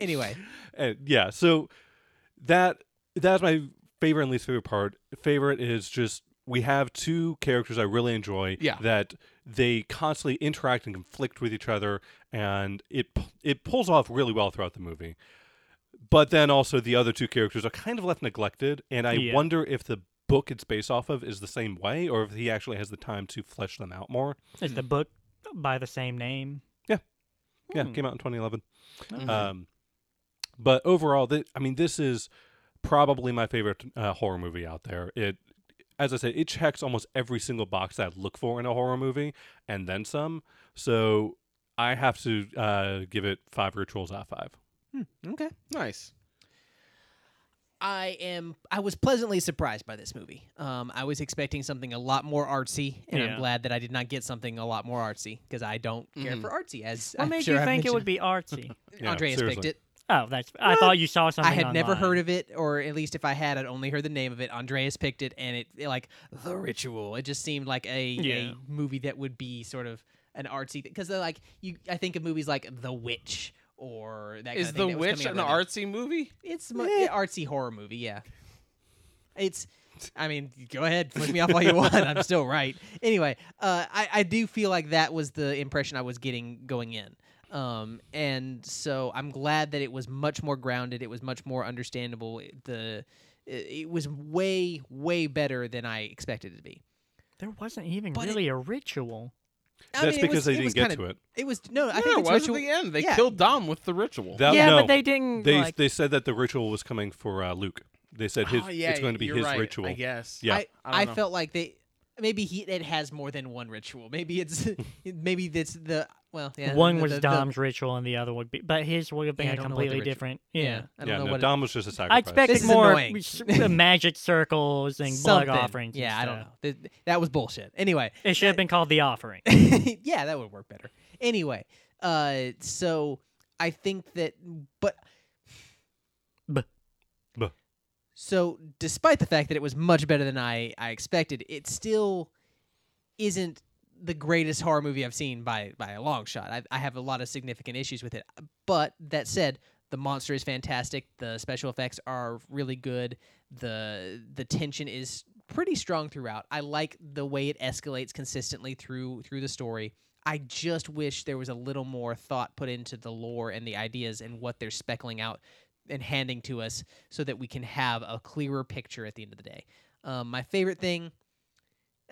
Anyway, And, yeah, so that that's my favorite and least favorite part. Favorite is just we have two characters I really enjoy. Yeah. that they constantly interact and conflict with each other, and it p- it pulls off really well throughout the movie. But then also the other two characters are kind of left neglected, and I Yeah. wonder if the book it's based off of is the same way, or if he actually has the time to flesh them out more. Is the book by the same name? Yeah, came out in 2011. Um, but overall, th- I mean, this is probably my favorite uh, horror movie out there. It, as I said, it checks almost every single box that I look for in a horror movie, and then some. So I have to uh, give it five rituals out of five. okay. Nice. I am. I was pleasantly surprised by this movie. Um, I was expecting something a lot more artsy, and Yeah. I'm glad that I did not get something a lot more artsy because I don't care Mm-hmm. for artsy. As What I'm made sure you I've think it would mentioned. be artsy? Yeah, Andreas picked seriously. it. Oh, that's. I thought you saw something. I had never online. heard of it, or at least if I had, I'd only heard the name of it. Andreas picked it, and it, it, like the ritual. It just seemed like a, Yeah. a uh, movie that would be sort of an artsy because they're like you. I think of movies like The Witch or that Is kind of The thing that was Witch an coming out right now. artsy movie? It's mu- yeah, artsy horror movie. Yeah, it's. I mean, go ahead, push me off all you want. I'm still right. Anyway, uh, I I do feel like that was the impression I was getting going in. Um, and so I'm glad that it was much more grounded. It was much more understandable. It- The it it was way way better than I expected it to be. There wasn't even But it- really a ritual. I That's mean, it because was- they it didn't was get kinda- to it. It was no. I I think think it it's was ritual- at the end. They yeah. killed Dom with the ritual. That- yeah, Uh, no. but they didn't. They like, they said that the ritual was coming for uh, Luke. They said his Oh, yeah, it's going to be you're his right, ritual. I guess. Yeah. I, I I, don't know. felt like they maybe he it has more than one ritual. Maybe it's maybe that's the well yeah one the- was the- the- Dom's ritual and the other would be, but his would have been Yeah, I a don't know what the completely ritual- different. yeah, Yeah. I don't yeah, know no, what it- Dom was just a I sacrifice. expected This is more annoying. s- the magic circles and blood something. offerings. and Yeah, I don't know. stuff. Th- that was bullshit. Anyway, It should have been called the offering. yeah, that would work better. Anyway, uh, so I think that, but B. B. So, despite the fact that it was much better than I I expected, it still isn't the greatest horror movie I've seen by by a long shot. I, I have a lot of significant issues with it. But that said, the monster is fantastic. The special effects are really good. the The tension is pretty strong throughout. I like the way it escalates consistently through through the story. I just wish there was a little more thought put into the lore and the ideas and what they're speckling out and handing to us so that we can have a clearer picture at the end of the day. Um, my favorite thing,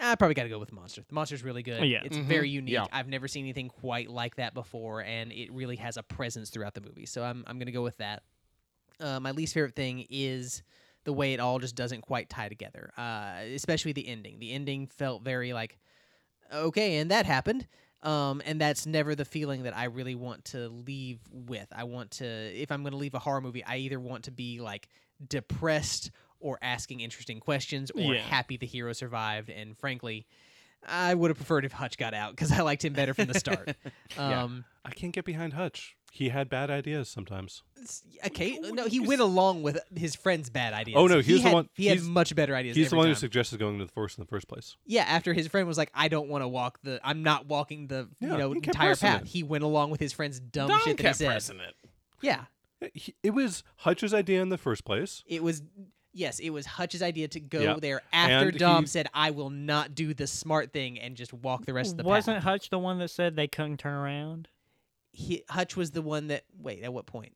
I probably got to go with the monster. The monster's really good. Yeah. It's Mhm. very unique. Yeah. I've never seen anything quite like that before, and it really has a presence throughout the movie. So I'm, I'm going to go with that. Uh, my least favorite thing is the way it all just doesn't quite tie together, uh, especially the ending. The ending felt very like, okay, and that happened. Um, and that's never the feeling that I really want to leave with. I want to, if I'm going to leave a horror movie, I either want to be like depressed or asking interesting questions or Yeah. happy the hero survived. And frankly, I would have preferred if Hutch got out because I liked him better from the start. um, I can't get behind Hutch. He had bad ideas sometimes. Okay, no, he went along with his friend's bad ideas. Oh, no, he he's the had, one- He had he's- much better ideas. He's the every one who time. suggested going to the forest in the first place. Yeah, after his friend was like, "I don't want to walk the, I'm not walking the, Yeah, you know, he kept entire pressing path." it. He went along with his friend's dumb Dom shit that he kept said. pressing it. Yeah, Yeah, he- It was Hutch's idea in the first place. it was. Yes, it was Hutch's idea to go Yeah, there after and Dom he- said, "I will not do the smart thing and just walk the rest of the Wasn't path." Hutch the one that said they couldn't turn around? He, Hutch was the one that. Wait, at what point?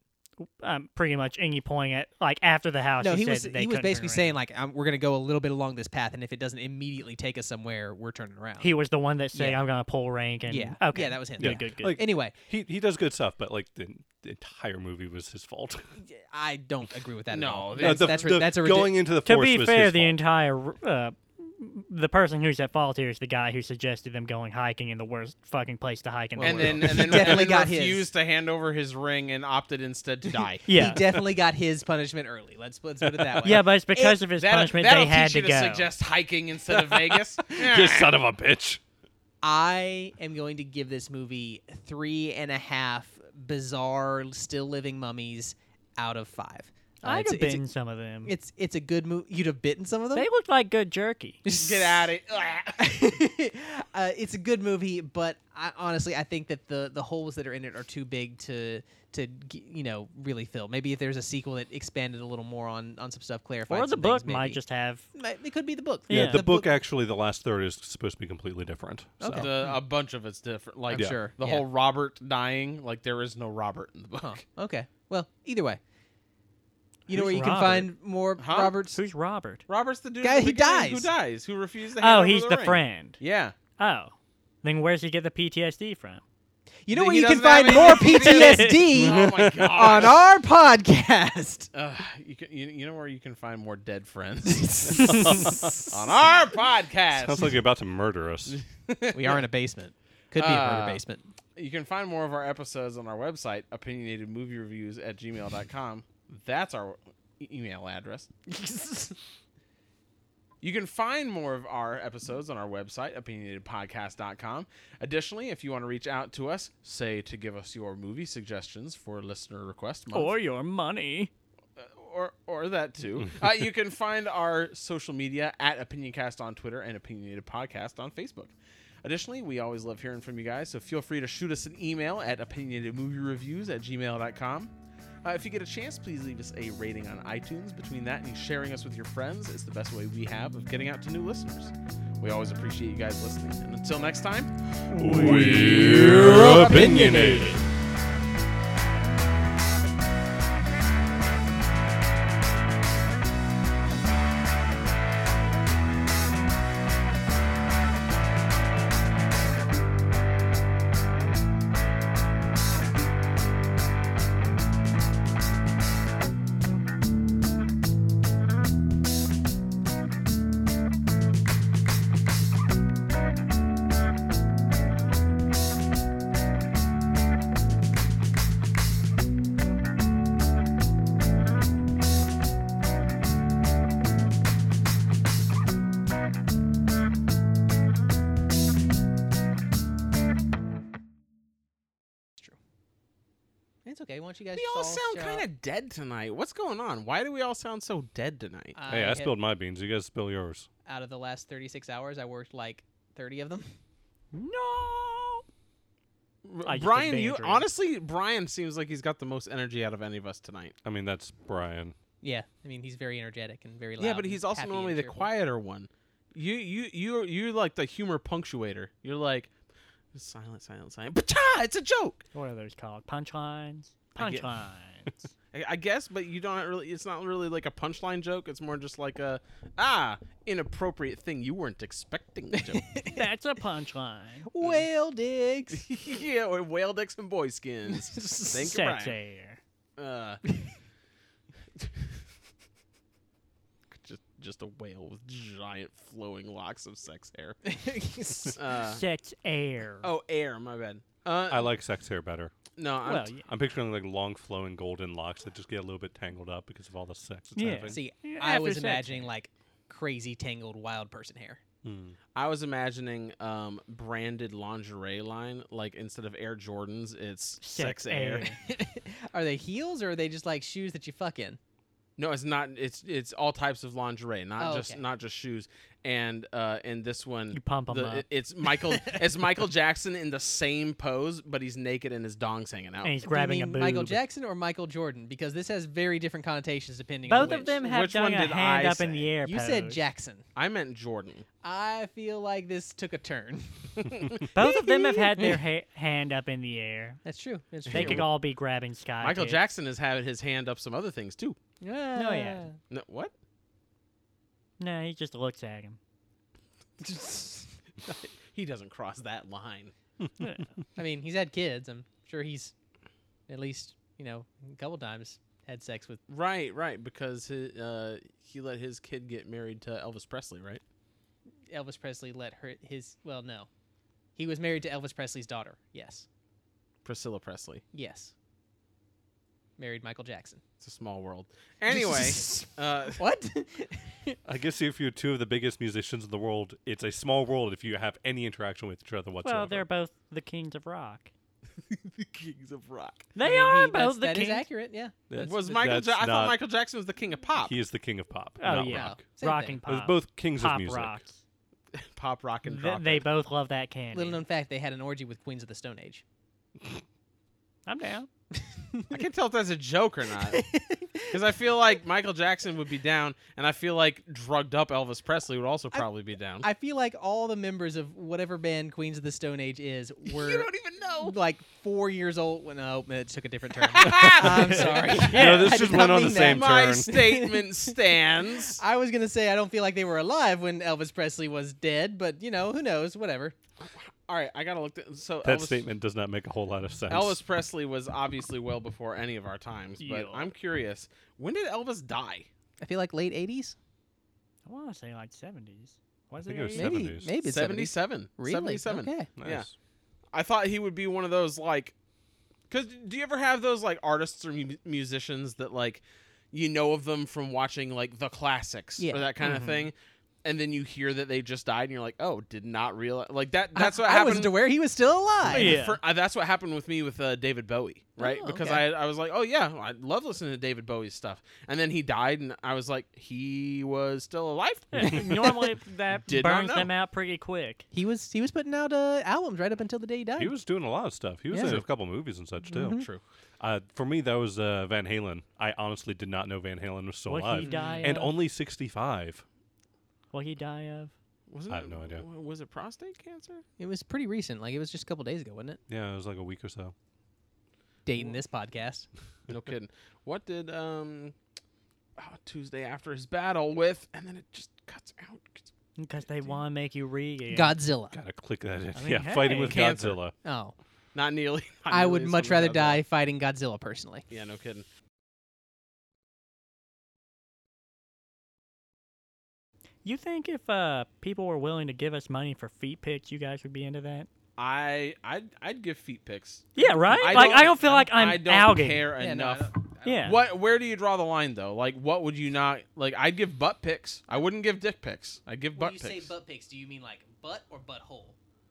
Um, pretty much any point at like after the house. No, he, he said was. that they He was couldn't turn basically around. saying like, i "We're going to go a little bit along this path, and if it doesn't immediately take us somewhere, we're turning around." he was the one that said, Yeah. "I'm gonna pull rank." And Yeah. okay, Yeah, that was him. Good, Yeah. good, good. Like anyway, he he does good stuff, but like the, the entire movie was his fault. I don't agree with that. at No, all. that's- that's Uh, the- that's, ri- the- that's a ridic- going into the to forest be was fair, his the fault. entire uh, the person who's at fault here is the guy who suggested them going hiking in the worst fucking place to hike in the And world. then, and then, Definitely and then got his. refused to hand over his ring and opted instead to die. He yeah, definitely got his punishment early. Let's let's put it that way. yeah, but it's because It- of his That'll- punishment that'll they had teach you to go. suggest hiking instead of Vegas. you son of a bitch. I am going to give this movie three and a half bizarre, still living mummies out of five. Uh, I'd it's, have a- it's, bitten a, some of them. it's it's a good movie. You'd have bitten some of them. They looked like good jerky. Get out of here. uh, it's a good movie, but I, honestly, I think that the the holes that are in it are too big to to g- you know really fill. Maybe if there's a sequel that expanded a little more on on some stuff, clarified. Or the some book things, might maybe. just have. Might- it could be the book. Yeah. the, book, actually, the last third is supposed to be completely different. So. Okay. The- a bunch of it's different. Like I'm sure, the yeah. whole Robert dying. Like there is no Robert in the book. Huh. Okay. Well, either way, you know Who's where you Robert? can find more Huh? Roberts. Who's Robert? Robert's the dude Guy at the who beginning dies. who dies, who refused to. hand Oh, over he's the, the ring. friend. Yeah. Oh, then where's he get the PTSD from? You know He where you can doesn't have find more any- PTSD oh my god. on our podcast. Uh, you, can, you, you know where you can find more dead friends on our podcast. Sounds like you're about to murder us. we are in a basement. Could be a Uh, murder basement. You can find more of our episodes on our website, opinionatedmoviereviews at gmail.com. That's our e- email address. you can find more of our episodes on our website, opinionatedpodcast.com. Additionally, if you want to reach out to us, say to give us your movie suggestions for listener request month, Or your money? or, or that too, uh, you can find our social media at opinioncast on Twitter and opinionated podcast on Facebook. Additionally, we always love hearing from you guys, so feel free to shoot us an email at opinionedmoviereviews at gmail.com. Uh, if you get a chance, please leave us a rating on iTunes. Between that and sharing us with your friends is the best way we have of getting out to new listeners. We always appreciate you guys listening. And until next time, We're opinionated. It's okay. Why don't you guys we just all all sound kind of dead tonight. What's going on? Why do we all sound so dead tonight? Hey, I spilled my beans. You guys spill yours. Out of the last 36 hours, I worked like 30 of them. No. I just did Brian, you bantering. honestly, Brian seems like he's got the most energy out of any of us tonight. I mean, that's Brian. Yeah, I mean he's very energetic and very loud. Yeah, but and he's also happy normally and the cheerful. quieter one. You you you you're like the humor punctuator. You're like silent, silent, silent. But it's a joke. What are those called? Punchlines. I get- Punchlines. I, I guess, but you don't really. It's not really like a punchline joke. It's more just like a ah inappropriate thing you weren't expecting. Joke. That's a punchline. Well, Diggs. yeah, or whale dicks and boy skins. Thank you, Brian. Sexy. Uh, just just a whale with giant flowing locks of sex hair. Uh, Sex air. oh, air. My bad. Uh, I like sex hair better. no, I'm well, t- yeah. I'm picturing like long, flowing golden locks that just get a little bit tangled up because of all the sex. It's Yeah. having. See, Yeah, I after was sex. imagining like crazy tangled wild person hair. Mm. I was imagining um, branded lingerie line. Like instead of Air Jordans, it's sex, air. eh, are they heels or are they just like shoes that you fuck in? No, it's not. It's it's all types of lingerie, not Oh, just okay. not just shoes. And uh, and this one, You pump 'em the- up. it- It's Michael. it's Michael Jackson in the same pose, but he's naked and his dong's hanging out. And he's Do you grabbing a mean boob. Michael Jackson or Michael Jordan? Because this has very different connotations depending on Both of which. them have which done one a did hand I up in the say? air. You said pose. Jackson. I meant Jordan. I feel like this took a turn. Both of them have had their ha- hand up in the air. That's true. That's true. They could all be grabbing sky. Michael tits. Jackson is having his hand up some other things too. no, yeah. No, what? No, he just looks at him. he doesn't cross that line. I mean, he's had kids. I'm sure he's at least, you know, a couple times had sex with. Right, right, because he, uh, he let his kid get married to Elvis Presley, right? Elvis Presley let her his well no. He was married to Elvis Presley's daughter. Yes. Priscilla Presley. Yes. Married Michael Jackson. It's a small world. Anyway, uh, What? I guess if you're two of the biggest musicians in the world, it's a small world if you have any interaction with each other whatsoever. Well, they're both the kings of rock. the Kings of Rock. They I mean, are he- that's- both the that is kings. accurate, yeah. That's- was Michael? that's Ja- I thought not- Michael Jackson was the King of Pop. He is the king of pop. Oh not yeah, rock. Same rock thing. and It was pop. both kings of pop music. rock. pop rock and Th- drop. they it. both love that candy. Little known fact, they had an orgy with Queens of the Stone Age. I'm down. I can't tell if that's a joke or not. Because I feel like Michael Jackson would be down, and I feel like drugged up Elvis Presley would also probably be down. I feel like all the members of whatever band Queens of the Stone Age is were you don't even know. like four years old when no, it took a different turn. Ah, I'm sorry. No, this I just did not went on the mean that. same My turn. statement stands. I was gonna say I don't feel like they were alive when Elvis Presley was dead, but you know who knows? Whatever. All right, I gotta look. Th- so That Elvis, statement does not make a whole lot of sense. Elvis Presley was obviously well before any of our times, but Yeah. I'm curious, when did Elvis die? I feel like late '80s, I want to say like 70s. Was think it? it was 80s? maybe, 70s. maybe it's 70s. 77. Really? 77. Okay. Nice. Yeah. I thought he would be one of those like, because do you ever have those like artists or mu- musicians that like, you know of them from watching like the classics Yeah. Mm-hmm. or that kind of thing? and then you hear that they just died, and you're like, "Oh, did not realize." Like that. I- That's what I, happened. wasn't aware he was still alive. Yeah. For, uh, that's what happened with me with uh, David Bowie, right? Oh, because okay. I, I was like, oh yeah, I love listening to David Bowie's stuff, and then he died, and I was like, he was still alive. Normally, that Did not burns know. them out pretty quick. He was he was putting out uh, albums right up until the day he died. He was doing a lot of stuff. He was Yeah. in a couple movies and such too. Mm-hmm. True. Uh, for me, that was uh, Van Halen. I honestly did not know Van Halen was still What he alive, die and of? only sixty-five. Will he die of? Was it, I have no idea. w- Was it prostate cancer? it was pretty recent. Like it was just a couple days ago, wasn't it? Yeah, it was like a week or so. Dating this podcast. No kidding. What did um oh, Tuesday after his battle with, and then it just cuts out. Because they want to make you read. Godzilla. Gotta click that in. I mean, yeah, fighting hey. with Cancer. Godzilla. Oh, Not nearly. not I nearly would as much good as rather Godzilla. die fighting Godzilla personally. Yeah, no kidding. You think if uh, people were willing to give us money for feet pics, you guys would be into that? I I'd, I'd give feet picks. Yeah, right? Like, I don't feel like I'm I don't outing. care Yeah, no, I enough. Yeah. Uh, What? Where do you draw the line though? Like, what would you not like? I'd give butt picks. I wouldn't give dick picks. I'd give butt picks. butt pics, do you mean like butt or butthole?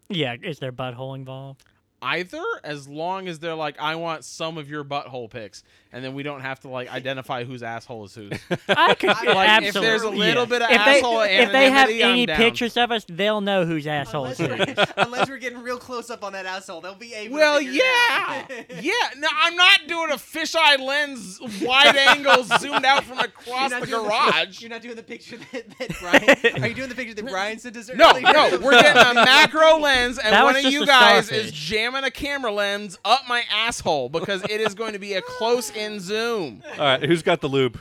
Yeah, is there butthole involved? Either, as long as they're like, I want some of your butthole picks, and then we don't have to like identify whose asshole is whose. I could Like, if absolutely. if there's a little yeah. bit of if they, asshole if they have anonymity, I'm any down. pictures of us, they'll know whose asshole it is. unless we're getting real close up on that asshole, they'll be able. Well, yeah, yeah. No, I'm not doing a fisheye lens, wide angle, zoomed out from across the garage. not doing the picture that, that Brian. Are you doing the picture that Brian sent us? No, no, we're getting a macro lens, and That one was of just you a guys is starfish. jamming a camera lens up my asshole because it is going to be a close-in zoom. All right, who's got the lube?